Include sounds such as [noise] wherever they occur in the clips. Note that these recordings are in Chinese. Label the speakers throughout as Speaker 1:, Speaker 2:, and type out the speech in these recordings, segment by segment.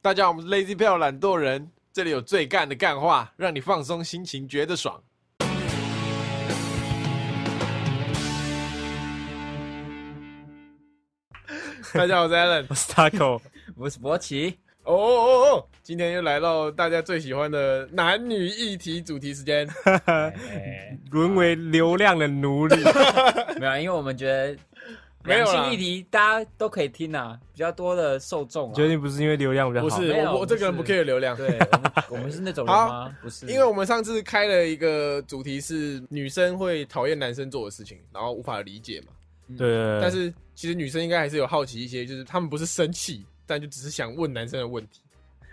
Speaker 1: 大家好，我们是 Lazy 票懒惰人，这里有最干的干话，让你放松心情，觉得爽。 [laughs] 大家好，我是 Alan。
Speaker 2: 我是 Taco，
Speaker 3: 我是
Speaker 1: [laughs]
Speaker 3: 博奇，
Speaker 1: 哦哦哦哦，今天又来到大家最喜欢的男女议题主题时
Speaker 3: [laughs]
Speaker 1: 间。
Speaker 3: 哎
Speaker 2: 沦为流量的奴
Speaker 1: [laughs]
Speaker 2: 隶。
Speaker 3: 没有啊，因为我们觉得
Speaker 1: 没有
Speaker 3: 两
Speaker 1: 啦
Speaker 3: 性议题大家都可以听啊，比较多的受众、啊。
Speaker 2: 决定不是因为流量比较
Speaker 1: 不
Speaker 2: 好，
Speaker 1: 是
Speaker 3: 没有
Speaker 1: 我，我这个人不
Speaker 3: 不是
Speaker 1: care 流量，
Speaker 3: 对，我们我们是那种人吗？不是，
Speaker 1: 因为我们上次开了一个主题是女生会讨厌男生做的事情，然后无法理解嘛。
Speaker 2: 对对对，
Speaker 3: 嗯
Speaker 1: 但是其实女生应该还是有好奇一些，就是他们不是生气，但就只是想问男生的问题。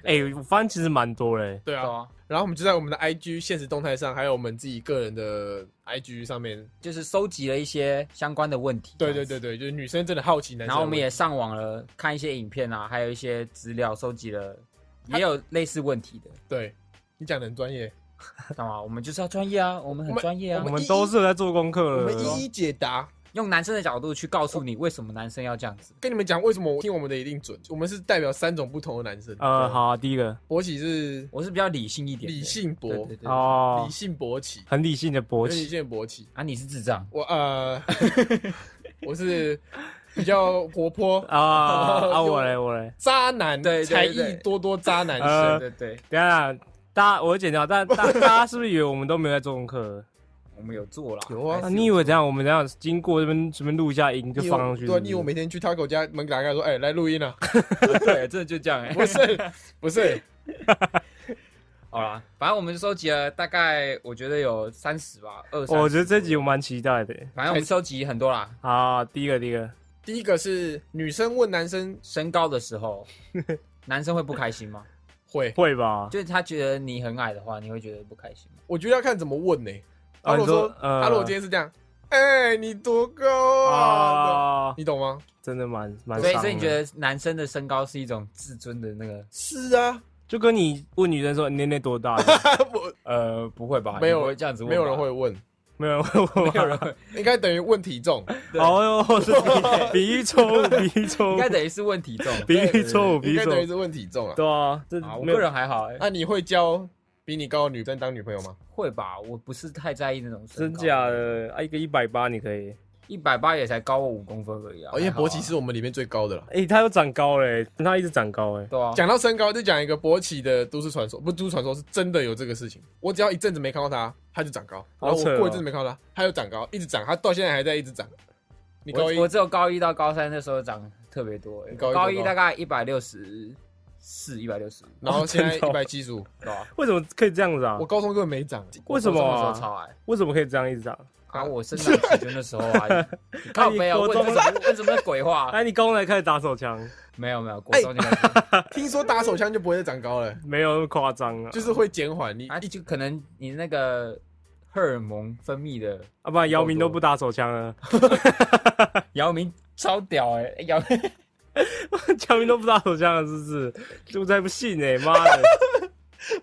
Speaker 2: 哎，我发现其实蛮多嘞。
Speaker 1: 对
Speaker 3: 对
Speaker 1: 啊，
Speaker 3: 啊，
Speaker 1: 然后我们就在我们的 IG 现实动态上，还有我们自己个人的 IG 上面，
Speaker 3: 就是收集了一些相关的问题。
Speaker 1: 对对对。对，就是女生真的好奇男生的问题。
Speaker 3: 然后我们也上网了，看一些影片啊，还有一些资料，收集了，也有类似问题的，
Speaker 1: 对你讲的很专业，
Speaker 3: 知道吗？我们就是要专业啊，我们很专业啊，
Speaker 2: 我
Speaker 1: 我们
Speaker 2: 们
Speaker 1: 一
Speaker 2: 都是有在做功课
Speaker 3: 呃
Speaker 1: 我
Speaker 2: 了
Speaker 1: 们，一一解答，
Speaker 3: 用男生的角度去告诉你为什么男生要这样子。
Speaker 1: 跟你们讲为什么我听我们的一定准。我们是代表三种不同的男生。
Speaker 2: 呃，好啊，第一个
Speaker 1: 博起是
Speaker 3: 我是比较理性一点的，
Speaker 1: 理性博，
Speaker 3: 对对对。
Speaker 2: 哦
Speaker 1: 理，性博起，
Speaker 2: 很理性的勃
Speaker 1: 理
Speaker 2: 起，
Speaker 1: 性博起。
Speaker 3: 啊，你是智障，
Speaker 1: 我呃， [laughs] 我是比较活泼， [laughs]
Speaker 2: 啊啊，我嘞我嘞，
Speaker 1: 渣男，
Speaker 3: 对对
Speaker 1: 才
Speaker 3: 对
Speaker 1: 艺多多渣男生。
Speaker 2: 呃
Speaker 3: 对对对，
Speaker 2: 等一下大家我剪
Speaker 1: [laughs]
Speaker 2: 掉，但大大家是不是以为我们都没有在做功课？
Speaker 3: 我们有做了，
Speaker 1: 有啊
Speaker 3: 还
Speaker 2: 啊
Speaker 3: 是
Speaker 2: 你以为怎样？我们怎样经过这边随便录一下音就
Speaker 1: 你以为
Speaker 2: 放上去？
Speaker 1: 对啊，
Speaker 2: 是不
Speaker 1: 你
Speaker 2: 是
Speaker 1: 以为我每天去 Taco 家门打开说，哎、来录音
Speaker 2: [laughs]
Speaker 1: 啊？
Speaker 3: 对，真的就这样哎、
Speaker 1: 不是，不是，
Speaker 3: 好啦，反正我们就收集了大概，我觉得有三十吧，二。
Speaker 2: 哦我觉得这集我蛮期待的。
Speaker 3: 反正我们收集很多啦。
Speaker 2: 好，第一个第一个，
Speaker 1: 第一个是女生问男生
Speaker 3: 身高的时候，男生会不开心吗？
Speaker 1: 会，
Speaker 2: 会吧？
Speaker 3: 就是他觉得你很矮的话，你会觉得不开心吗？
Speaker 1: 我觉得要看怎么问呢、他
Speaker 2: 哦
Speaker 1: 如
Speaker 2: 你
Speaker 1: 果说，
Speaker 2: 说呃
Speaker 1: 他如果今天是这样，哎、你多高 [laughs] 啊？
Speaker 2: 啊，
Speaker 1: 你懂吗？
Speaker 2: 真的蛮蛮
Speaker 3: 所以，
Speaker 2: 伤
Speaker 3: 所以你
Speaker 2: 的
Speaker 3: 觉得男生的身高是一种自尊的那个？
Speaker 1: 是啊， [laughs]
Speaker 2: 就跟你问女生说你年龄多大，
Speaker 3: [laughs]
Speaker 1: 我
Speaker 3: 呃，不会吧
Speaker 1: 没有
Speaker 3: 你不会这样子问，
Speaker 1: 没有人，会问，
Speaker 2: 没有人会问
Speaker 3: 没 [laughs] 有
Speaker 2: 我。
Speaker 3: 人会，
Speaker 1: 应该等于问体重。
Speaker 2: 哦哟，是比喻错误，比喻错
Speaker 3: 应
Speaker 2: 误
Speaker 3: 该，等于是问体重。
Speaker 2: [laughs] 比喻错误，比
Speaker 1: 应
Speaker 2: 喻
Speaker 1: 该
Speaker 2: 错
Speaker 1: 等于
Speaker 2: 误。
Speaker 1: 是问体重啊。
Speaker 2: 对啊，这
Speaker 3: 啊，我
Speaker 2: 没有
Speaker 3: 个人还好、欸，
Speaker 1: 那、你会教比你高的女生当女朋友吗？
Speaker 3: 会吧？我不是太在意那种
Speaker 2: 真
Speaker 3: 身高。
Speaker 2: 假？的啊，一个一百八你可以。
Speaker 3: 一百八也才高我五公分而已啊。
Speaker 1: 哦，因为
Speaker 3: 还好啊
Speaker 1: 博奇是我们里面最高的了。
Speaker 2: 哎，他又长高嘞，他一直长高哎。
Speaker 3: 对啊，
Speaker 1: 讲到身高，就讲一个博奇的都市传说，不是都市传说，是真的有这个事情。我只要一阵子没看到他，他就长高；然
Speaker 2: 好
Speaker 1: 后
Speaker 2: 扯哦
Speaker 1: 我过一阵子没看到他，他又长高，一直长，他到现在还在一直长。你高一
Speaker 3: 我我只有高一到高三那时候长特别多、欸
Speaker 1: 你高一
Speaker 3: 高
Speaker 1: 多高
Speaker 3: 一大概一百六十四、一百六十五，
Speaker 1: 然后现在
Speaker 2: 真的
Speaker 1: 一
Speaker 2: 哦
Speaker 1: 百七十五，
Speaker 3: 对吧？
Speaker 2: 为什么可以这样子啊
Speaker 1: 我？高中根本没长。
Speaker 2: 为什么
Speaker 3: 我高中的时
Speaker 2: 啊？
Speaker 3: 候超矮？
Speaker 2: 为什么可以这样一直长？
Speaker 3: 啊，我生长期就那时候啊，你靠没
Speaker 2: 那
Speaker 3: 有
Speaker 2: 你国中
Speaker 3: 问什么问什么鬼话？
Speaker 2: 哎，你刚才开始打手枪，啊
Speaker 3: 没有没有，国中就开始
Speaker 1: 听说打手枪就不会再长高了，
Speaker 2: 没有那么夸张啊
Speaker 1: 就。是会减缓。你
Speaker 3: 啊，就可能你那个荷尔蒙分泌的，
Speaker 2: 啊，不然姚明都不打手枪啊了，
Speaker 3: 姚明超屌哎、欸，姚明
Speaker 2: [laughs] 姚明都不打手枪了，是不是？这我才不信哎，妈的！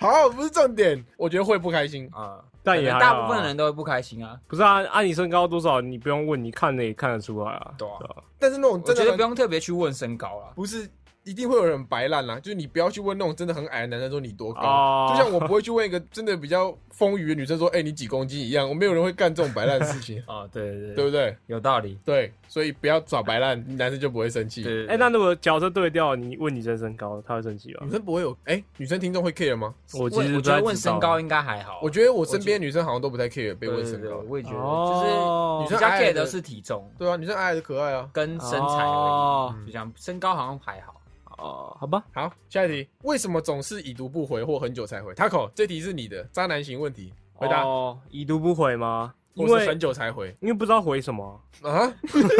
Speaker 1: 好，不是重点，我觉得会不开心。
Speaker 3: 啊，
Speaker 2: 但也
Speaker 3: 可
Speaker 2: 还
Speaker 3: 能
Speaker 2: 好
Speaker 3: 大部分人都会不开心啊，
Speaker 2: 不是啊，按你身高多少，你不用问，你看了也看得出来啊。
Speaker 3: 对啊
Speaker 1: 但是那种
Speaker 3: 我
Speaker 1: 真
Speaker 3: 觉得不
Speaker 1: 的很
Speaker 3: 用特别去问身高啦。，
Speaker 1: 不是一定会有人白烂啦，啊就是你不要去问那种真的很矮的男生说你多高。
Speaker 2: 哦，
Speaker 1: 就像我不会去问一个真的比较丰腴的女生说：“哎、你几公斤？”一样，我没有人会干这种白烂的事情
Speaker 3: 哦，对对
Speaker 1: 对，不对？
Speaker 3: 有道理。
Speaker 1: 对，所以不要耍白烂，男生就不会生气。
Speaker 3: 对，
Speaker 2: 哎、那如果角色对调，你问女生身高，她会生气吧
Speaker 1: 女？生不会有哎、女生听众会 care 吗？
Speaker 2: 我其
Speaker 3: 问
Speaker 2: 实
Speaker 3: 我
Speaker 2: 不
Speaker 3: 觉
Speaker 2: 太
Speaker 3: 得问
Speaker 2: 知道
Speaker 3: 身高应该还好啊，
Speaker 1: 我觉得我身边女生好像都不太 care 被
Speaker 3: 对
Speaker 1: 问
Speaker 3: 对
Speaker 1: 身
Speaker 3: 对
Speaker 1: 高。
Speaker 3: 我也觉得，
Speaker 2: 哦
Speaker 3: 就
Speaker 1: 女
Speaker 3: 是
Speaker 1: 生
Speaker 3: 比较
Speaker 1: 矮矮
Speaker 3: care
Speaker 1: 的
Speaker 3: 的是体重
Speaker 1: 对啊，女生矮矮的可爱啊。
Speaker 3: 跟身材而
Speaker 2: 哦
Speaker 3: 已，就这样，身高好像还好。
Speaker 2: 哦，好吧，
Speaker 1: 好，下一题，为什么总是已读不回或很久才回？Taco，这题是你的渣男型问题，回答，
Speaker 2: 哦，已读不回吗？因
Speaker 1: 我是
Speaker 2: 为
Speaker 1: 很久才回
Speaker 2: 因为不知道回什么，
Speaker 1: 啊？ [laughs]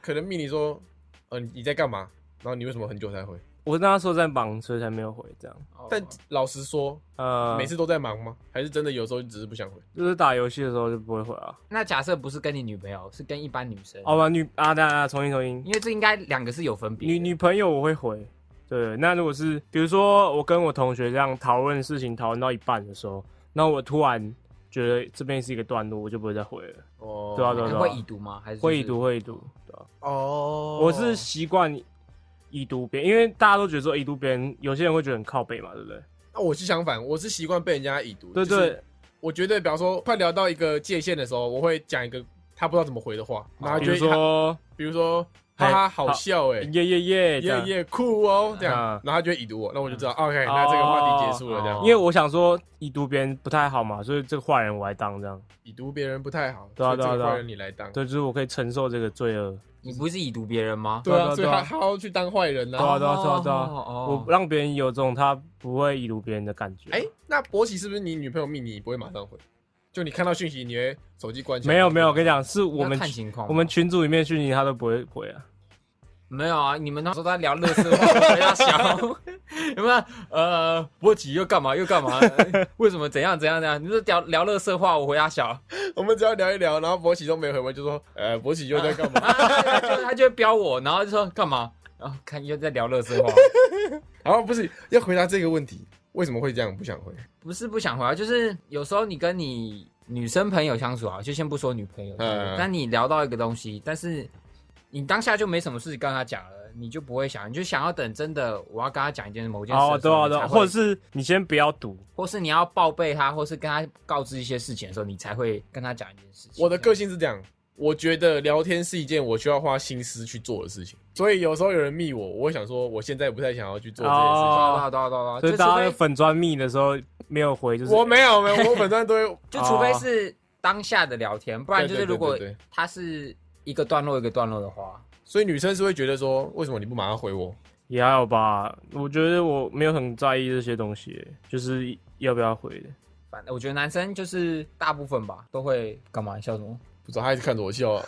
Speaker 1: 可能命你说，呃，你在干嘛？然后你为什么很久才回？
Speaker 2: 我跟她说在忙，所以才没有回这样。
Speaker 3: 哦
Speaker 1: 但老实说，
Speaker 2: 呃，
Speaker 1: 每次都在忙吗？还是真的有时候只是不想回？
Speaker 2: 就是打游戏的时候就不会回啊。
Speaker 3: 那假设不是跟你女朋友，是跟一般女生，
Speaker 2: 哦，不女啊，大家重新重新，
Speaker 3: 因为这应该两个是有分别的。
Speaker 2: 女女朋友我会回。对，那如果是比如说我跟我同学这样讨论事情，讨论到一半的时候，那我突然觉得这边是一个段落，我就不会再回了。
Speaker 1: 哦
Speaker 2: 对啊对啊
Speaker 3: 你
Speaker 2: 对啊
Speaker 3: 会已读吗？还是就是
Speaker 2: 会已读？会已读，对啊
Speaker 1: 哦
Speaker 2: 我是习惯伊都边，因为大家都觉得说伊都边，有些人会觉得很靠北嘛，对不对？
Speaker 1: 那我是相反，我是习惯被人家已读。
Speaker 2: 对
Speaker 1: 就是
Speaker 2: 对，
Speaker 1: 我觉得，比方说快聊到一个界限的时候，我会讲一个他不知道怎么回的话，然后
Speaker 2: 比
Speaker 1: 就
Speaker 2: 如
Speaker 1: 会
Speaker 2: 说
Speaker 1: 比如说，
Speaker 2: 哎
Speaker 1: 哈哈，
Speaker 2: 好
Speaker 1: 好笑哎、
Speaker 2: 耶耶耶，这
Speaker 1: 耶
Speaker 2: 样嗯
Speaker 1: 耶酷哦，这样
Speaker 2: 啊，
Speaker 1: 然后他就会已读我，那我就知道，OK，那这个话题结束了，这样
Speaker 3: 哦
Speaker 2: 因为我想说已读别人不太好嘛，所以这个坏人我来当这样，
Speaker 1: 已读别人不太好，
Speaker 2: 对
Speaker 1: 所
Speaker 2: 啊
Speaker 1: 以
Speaker 2: 对啊
Speaker 1: 这个
Speaker 2: 对啊
Speaker 1: 坏人你来当，
Speaker 2: 对，就是我可以承受这个罪恶，
Speaker 3: 你不是已读别人吗？
Speaker 1: 对啊，所
Speaker 2: 对
Speaker 1: 以
Speaker 2: 啊
Speaker 1: 他他要去当坏人
Speaker 2: 对
Speaker 1: 啦。
Speaker 2: 啊对啊对啊对啊
Speaker 3: 哦
Speaker 2: 我
Speaker 3: 哦
Speaker 2: 让别人有种他不会已读别人的感觉。
Speaker 1: 哎，那博喜是不是你女朋友密你不会马上回？就你看到讯息，你会手机关起来？
Speaker 2: 没有没有，我跟你讲，是我
Speaker 3: 要
Speaker 2: 们
Speaker 3: 看情况吧，
Speaker 2: 我们群组里面讯息他都不会回啊。
Speaker 3: 没有啊，你们那时候在聊乐色，我要想有没有？ [laughs] 呃，波奇又干嘛又干嘛？ [laughs] 呃为什么怎样怎样怎样？你们聊聊乐色话，我回他小，
Speaker 1: 我们只要聊一聊，然后博喜都没回，我就说，呃，博喜又在干嘛？
Speaker 3: 啊他就他就会飙我，然后就说干嘛？然后看又在聊乐色话， [laughs]
Speaker 1: 然后不是要回答这个问题，为什么会这样不想回？
Speaker 3: 不是不想回啊，就是有时候你跟你女生朋友相处啊，就先不说女朋友，
Speaker 1: 嗯
Speaker 3: 但你聊到一个东西，但是你当下就没什么事跟她讲了，你就不会想，你就想要等真的我要跟她讲一件某件事
Speaker 2: 哦，
Speaker 3: 的时
Speaker 2: 对
Speaker 3: 候，
Speaker 2: 啊
Speaker 3: 你
Speaker 2: 对
Speaker 3: 才
Speaker 2: 啊，
Speaker 3: 会
Speaker 2: 或者是你先不要赌，
Speaker 3: 或是你要报备他，或是跟他告知一些事情的时候，你才会跟他讲一件事情。
Speaker 1: 我的个
Speaker 3: 性
Speaker 1: 性是这样，我觉得聊天是一件我需要花心思去做的事情，所以有时候有人密我，我会想说我现在不太想要去做这件事情。
Speaker 2: 哦
Speaker 3: 对啊对啊对
Speaker 2: 所
Speaker 3: 啊对
Speaker 2: 以
Speaker 3: 啊，就
Speaker 2: 大家
Speaker 3: 除
Speaker 2: 在
Speaker 3: 非
Speaker 2: 粉砖密的时候没有回，就是
Speaker 1: 我没有没有，我本身 [laughs] 都会
Speaker 3: 就除
Speaker 2: 哦
Speaker 3: 非是当下的聊天，不然就是
Speaker 1: 对对对
Speaker 3: 如果
Speaker 1: 对对
Speaker 3: 他是一个段落一个段落的话，
Speaker 1: 所以女生是会觉得说，为什么你不马上回我？
Speaker 2: 也哎还好吧。我觉得我没有很在意这些东西，就是要不要回的。
Speaker 3: 反正我觉得男生就是大部分吧都会干嘛笑什么，
Speaker 1: 不知道，她一直看着我笑、 [laughs] 啊。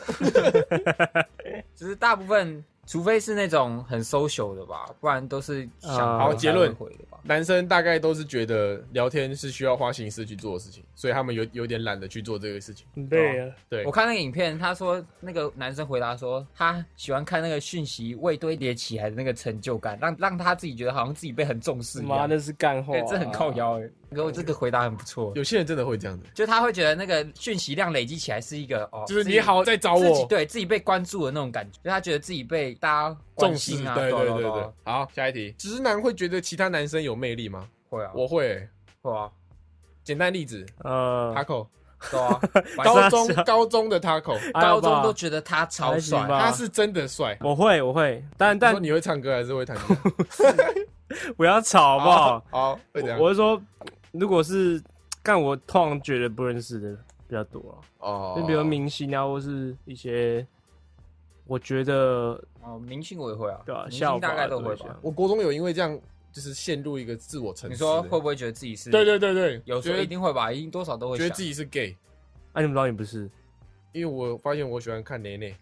Speaker 3: 就是大部分除非是那种很 social 的吧，不然都是想
Speaker 2: 啊
Speaker 1: 好
Speaker 3: 才
Speaker 1: 结论
Speaker 3: 会回的吧。
Speaker 1: 男生大概都是觉得聊天是需要花心思去做的事情，所以他们有有点懒得去做这个事情。
Speaker 2: 对啊，
Speaker 1: 对
Speaker 3: 我，看那个影片，他说那个男生回答说，他喜欢看那个讯息未堆叠起来的那个成就感，让让他自己觉得好像自己被很重视一
Speaker 2: 妈
Speaker 3: 样。
Speaker 2: 那啊是干话
Speaker 3: 对，，这很靠。腰哎、给我这个回答很不错，
Speaker 1: 有些人真的会这样的，
Speaker 3: 就他会觉得那个讯息量累积起来是一个哦，
Speaker 1: 就是
Speaker 3: 自己
Speaker 1: 你好在找
Speaker 3: 自己
Speaker 1: 啊我，
Speaker 3: 对自己被关注的那种感觉，就他觉得自己被大家关
Speaker 1: 重视
Speaker 3: 心，啊，
Speaker 1: 对对
Speaker 3: 啊
Speaker 1: 对
Speaker 3: 啊
Speaker 1: 对
Speaker 3: 啊。
Speaker 1: 好，下一题，直男会觉得其他男生有魅力吗？
Speaker 3: 会啊，
Speaker 1: 我会欸、
Speaker 3: 会啊，
Speaker 1: 简单例子
Speaker 2: 呃，
Speaker 3: [laughs]
Speaker 1: ，Taco，
Speaker 3: 对嗯
Speaker 1: [laughs]
Speaker 3: 啊，
Speaker 1: 高
Speaker 3: 晚上
Speaker 1: 中高中的
Speaker 3: [laughs]
Speaker 1: Taco，
Speaker 2: 还好
Speaker 3: 高
Speaker 2: 吧
Speaker 3: 中都觉得他超
Speaker 2: 还行
Speaker 3: 帅，
Speaker 2: 吧
Speaker 1: 他是真的帅。
Speaker 2: 我会我会，但
Speaker 1: 但
Speaker 2: 但
Speaker 1: 你会唱歌还是会弹
Speaker 3: [laughs]
Speaker 1: 吉他？
Speaker 2: 不要吵好不
Speaker 3: 哦
Speaker 2: 好？
Speaker 1: 好，会这样。
Speaker 2: 我是说，如果是干我通常觉得不认识的比较多啊。
Speaker 1: 哦
Speaker 2: 就比如明星啊，或是一些，我觉得
Speaker 3: 哦，明星我也会啊，
Speaker 2: 对啊，
Speaker 3: 明
Speaker 2: 效
Speaker 3: 星
Speaker 2: 法
Speaker 3: 大概都
Speaker 2: 的
Speaker 3: 会
Speaker 2: 对
Speaker 3: 吧
Speaker 2: 象。
Speaker 1: 我国中有因为这样，就是陷入一个自我沉思。
Speaker 3: 你说会不会觉得自己是？
Speaker 1: 对对对对，
Speaker 3: 有时
Speaker 1: 觉
Speaker 3: 候
Speaker 1: 得
Speaker 3: 一定会吧，一定多少都会
Speaker 1: 觉
Speaker 3: 想。
Speaker 1: 得自己是 gay，
Speaker 2: 啊，你们知道你不是？
Speaker 1: 因为我发现我喜欢看奶奶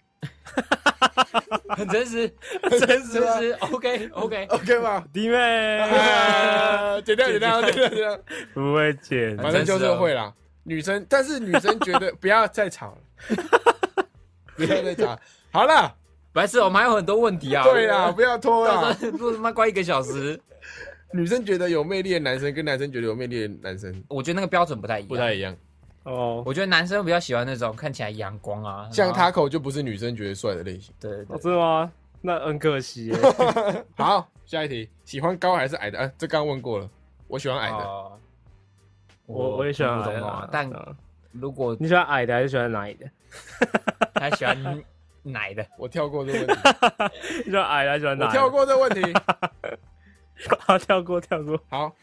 Speaker 3: 很 [laughs]
Speaker 1: [laughs]
Speaker 3: 真实，真实
Speaker 1: 啊
Speaker 3: 真实。OK
Speaker 1: [laughs]
Speaker 3: OK，
Speaker 1: ，OK
Speaker 3: [laughs]
Speaker 1: 吧？
Speaker 2: 弟妹
Speaker 1: 啊简单简单简单简单，
Speaker 2: [laughs] 不会剪，
Speaker 1: [laughs] 反正就是会啦。女生，但是女生觉 [laughs] 得不要再吵了，不要再吵。好啦，
Speaker 3: 白痴，我们还有很多问题啊。
Speaker 1: [laughs] 对
Speaker 3: [laughs]
Speaker 1: 啦，，啊不要拖
Speaker 3: 到
Speaker 1: 啦。
Speaker 3: 时候不他妈关一个小时，
Speaker 1: 女生觉得有魅力的男生跟男生觉得有魅力的男生
Speaker 3: 我觉得那个标准不太一样。
Speaker 1: 不太一样，
Speaker 2: 哦。
Speaker 3: 我觉得男生比较喜欢那种看起来阳光啊，
Speaker 1: 像
Speaker 3: 然后
Speaker 1: Taco 就 [laughs] 不是女生觉得帅的类型。
Speaker 3: 对对
Speaker 2: 哦，
Speaker 3: 对，
Speaker 2: 真的吗？那很可惜耶。
Speaker 1: 好，下一题，喜欢高还是矮的？哎、这刚问过了，我喜欢矮的。
Speaker 3: 哦
Speaker 2: 我我也喜欢
Speaker 3: 不
Speaker 2: 矮
Speaker 3: 懂
Speaker 2: 的
Speaker 3: 啊
Speaker 2: 啊，，
Speaker 3: 但
Speaker 2: 嗯
Speaker 3: 如果
Speaker 2: 你喜欢矮的还是喜欢哪里的？ [laughs]
Speaker 3: 他
Speaker 1: [laughs]
Speaker 3: 喜欢奶的，
Speaker 1: 我跳过这个问 [laughs] 题，
Speaker 2: 你喜欢矮的还是喜欢哪
Speaker 1: 我
Speaker 2: 里的？
Speaker 1: 跳过这个问 [laughs] 题。
Speaker 2: 过， [laughs] 跳过，跳过。
Speaker 1: 好，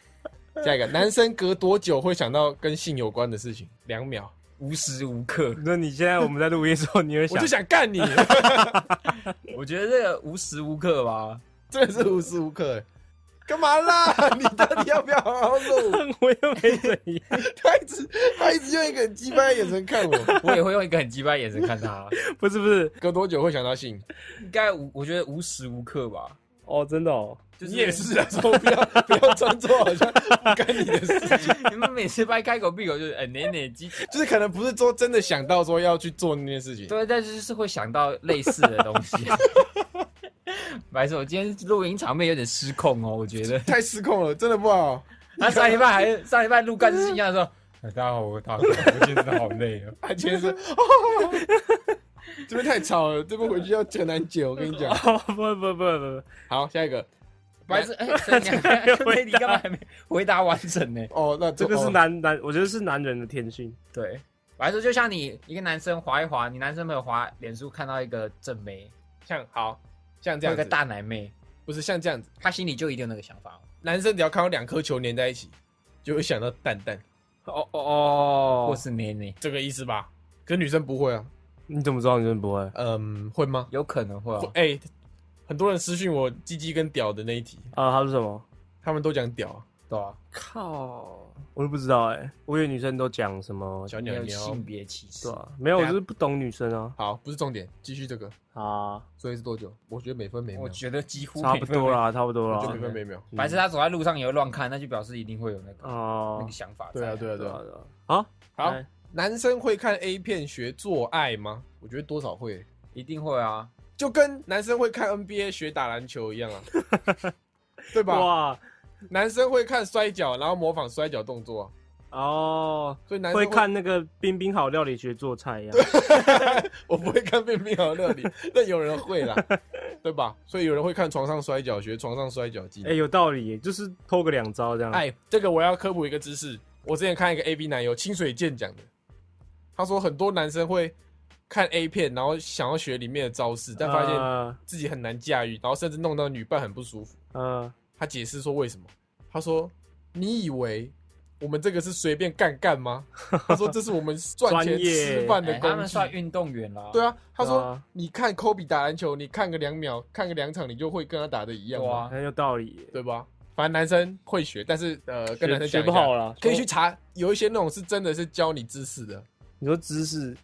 Speaker 1: 下一个，男生隔多久会想到跟性有关的事情？两秒，
Speaker 3: 无时无刻，
Speaker 2: 那你现在我们在录音的时候，你会
Speaker 1: 我
Speaker 2: 想
Speaker 1: 就想干你，
Speaker 3: 我觉得这个无时无刻吧，
Speaker 1: 真的是无时无刻。欸干嘛啦？ [laughs] 你到底要不要好好录？
Speaker 2: [laughs] 我又没怎样， [laughs]
Speaker 1: 他一直他一直用一个很鸡巴的眼神看我。
Speaker 3: 我也会用一个很鸡巴的眼神看他，
Speaker 2: 不是不是，
Speaker 1: 隔多久会想到性？
Speaker 3: 应该无，我觉得无时无刻吧，
Speaker 2: 哦，真的哦， [laughs]
Speaker 3: 就是
Speaker 1: 你也是啊，说不要不要装作好像不干你的事情，
Speaker 3: 你们每次掰开口闭口就是哎奶奶鸡鸡，
Speaker 1: [laughs] 就是可能不是说真的想到说要去做那件事情。
Speaker 3: 对，但是就是会想到类似的东
Speaker 1: [laughs]
Speaker 3: 西。白痴，我今天录音场面有点失控哦，我觉得。
Speaker 1: 太失控了，真的不好。
Speaker 3: 他上礼拜还上礼拜录干事情
Speaker 1: [laughs]
Speaker 3: 的时候，哎大家好，我是大哥，我今天真的好累啊。
Speaker 1: 他今天是，这边太吵了，这边回去要很难解。我跟你讲，
Speaker 2: 哦，不不不不
Speaker 1: 好，下一个
Speaker 3: 白痴，哎，所以你
Speaker 1: [laughs]
Speaker 3: 还所以 [laughs] 你干嘛还没回答完整呢？
Speaker 1: 哦，那
Speaker 2: 不，这个是
Speaker 1: 哦
Speaker 2: 男男，我觉得是男人的天性。
Speaker 3: 对，白痴就像你一个男生滑一滑，你男生朋友滑脸书看到一个正妹，
Speaker 1: 像好像这
Speaker 3: 或
Speaker 1: 样
Speaker 3: 一个
Speaker 1: 子，
Speaker 3: 大奶妹，
Speaker 1: 不是像这样子，
Speaker 3: 他心里就一定有那个想法。哦
Speaker 1: 男生只要看到两颗球粘在一起，就会想到蛋蛋，
Speaker 2: 哦哦哦
Speaker 3: 或是捏捏，
Speaker 1: 这个意思吧？可是女生不会啊，
Speaker 2: 你怎么知道女生不会？
Speaker 1: 嗯，会吗？
Speaker 3: 有可能会
Speaker 1: 会
Speaker 3: 哦。
Speaker 1: 哎、很多人私讯我鸡鸡跟屌的那一题，
Speaker 2: 啊，他是什么？
Speaker 1: 他们都讲屌啊，
Speaker 3: 对啊，
Speaker 2: 靠，我都不知道哎、我以为女生都讲什么，
Speaker 1: 小
Speaker 3: 没
Speaker 1: 鸟
Speaker 3: 有
Speaker 1: 鸟。
Speaker 3: 性别歧视
Speaker 2: 对。啊，没有，我
Speaker 1: 对啊
Speaker 2: 就是不懂女生啊。
Speaker 1: 好，不是重点，继续这个，
Speaker 2: 啊，
Speaker 1: 所以是多久？我觉得每分每秒，
Speaker 3: 我觉得几乎
Speaker 2: 差不多。啦，差不多
Speaker 1: 就
Speaker 2: 啦
Speaker 1: 每。分每秒。
Speaker 3: 白痴他走在路上也会乱看，那就表示一定会有那个那
Speaker 2: 哦
Speaker 3: 个，想法在。
Speaker 1: 对啊，对啊，对
Speaker 2: 对啊
Speaker 1: 啊。
Speaker 2: 对啊。好，
Speaker 1: 好，
Speaker 2: 来
Speaker 1: 男生会看 A 片学做爱吗？我觉得多少会，
Speaker 3: 一定会啊。
Speaker 1: 就跟男生会看 NBA 学打篮球一样啊，对吧？
Speaker 2: 哇
Speaker 1: 男生会看摔跤，然后模仿摔跤动作啊、
Speaker 2: 哦，
Speaker 1: 所以男生
Speaker 2: 会看那个《冰冰好料理学做菜》呀。
Speaker 1: [laughs] 我不会看变冰好乐理， [laughs] 但有人会
Speaker 2: [laughs]
Speaker 1: 啦，对吧？所以有人会看床上摔跤，学床上摔跤技
Speaker 2: 哎，
Speaker 1: 能。
Speaker 2: 有道理耶，就是偷个两招这样。
Speaker 1: 哎，这个我要科普一个知识，我之前看一个 A B 男友清水健讲的，他说很多男生会看 A 片，然后想要学里面的招式，但发现
Speaker 2: 呃
Speaker 1: 自己很难驾驭，然后甚至弄到女伴很不舒服。
Speaker 2: 呃，
Speaker 1: 他解释说为什么？他说：“你以为我们这个是随便干干吗？”他说：“这是我们赚钱
Speaker 2: 专业
Speaker 1: 吃饭的
Speaker 3: 哎他
Speaker 1: 工
Speaker 3: 们
Speaker 1: 具。
Speaker 3: 算运动员啦。
Speaker 1: 对啊，他说：“
Speaker 2: 对啊
Speaker 1: 你看科比打篮球，你看个两秒，看个两场，你就会跟他打的一样
Speaker 3: 对
Speaker 1: 吗，
Speaker 3: 啊，
Speaker 2: 很有道理耶。
Speaker 1: 对吧？”反正男生会学，但是呃，跟男生
Speaker 2: 学学
Speaker 1: 讲
Speaker 2: 不
Speaker 1: 一下
Speaker 2: 好啦，
Speaker 1: 可以去查，有一些那种是真的是教你知识的，
Speaker 2: 你说知识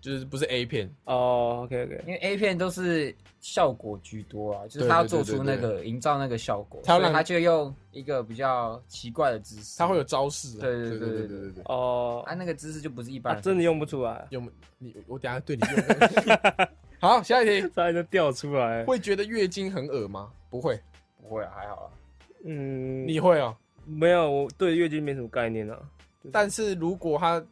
Speaker 1: 就是不是 A 片，
Speaker 2: 哦，OK OK，
Speaker 3: 因为 A 片都是效果居多啊，就是他要做出那个营造那个效果，
Speaker 1: 他要
Speaker 3: 所
Speaker 1: 让
Speaker 3: 以他就用一个比较奇怪的姿势。
Speaker 1: 他会有招式啊。
Speaker 3: 对对
Speaker 1: 对
Speaker 3: 对
Speaker 1: 对
Speaker 3: 对
Speaker 1: 对对。
Speaker 2: 哦
Speaker 3: 啊，，那个姿势就不是一般
Speaker 2: 啊
Speaker 3: 人
Speaker 2: 真的用不出来，
Speaker 1: 用你我等一下对你用。 [laughs] 好，下一题，
Speaker 2: 差点就掉出来。
Speaker 1: 会觉得月经很恶吗？不会，
Speaker 3: 不会啊，还好啦。
Speaker 2: 嗯，
Speaker 1: 你会哦、
Speaker 2: 没有，我对月经没什么概念啊。
Speaker 1: 但是如果他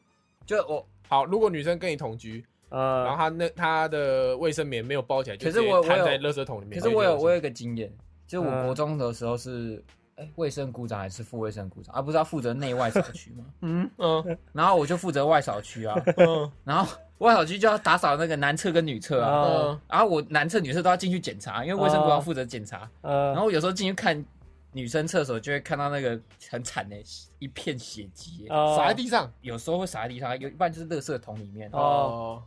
Speaker 3: 就我，
Speaker 1: 好，如果女生跟你同居，然后
Speaker 2: 呃，
Speaker 1: 她那她的卫生棉没有包起来，就
Speaker 3: 嗯可是
Speaker 1: 直接
Speaker 3: 我
Speaker 1: 摊
Speaker 3: 我有
Speaker 1: 在垃圾桶里面。
Speaker 3: 可是我有我有
Speaker 1: 也
Speaker 3: 一个经验，就是我
Speaker 2: 嗯
Speaker 3: 国中的时候是，哎，卫生股长还是副卫生股长，啊，不是要负责内外扫区吗？
Speaker 1: [laughs] 嗯嗯
Speaker 3: 然后我就负责外扫区
Speaker 1: [laughs]
Speaker 3: 啊，
Speaker 1: 嗯
Speaker 3: 然后外扫区就要打扫那个男厕跟女厕啊，
Speaker 2: 呃
Speaker 1: 嗯，
Speaker 3: 然后我男厕女厕都要进去检查，因为卫
Speaker 1: 哦
Speaker 3: 生股要负责检查。然
Speaker 2: 呃，
Speaker 3: 后我有时候进去看女生厕所，就会看到那个很惨的、一片血迹、欸，
Speaker 2: 呃
Speaker 1: 撒在地上
Speaker 3: 有时候会洒在地上，有一半就是垃圾桶里面。
Speaker 2: 哦
Speaker 1: 哦，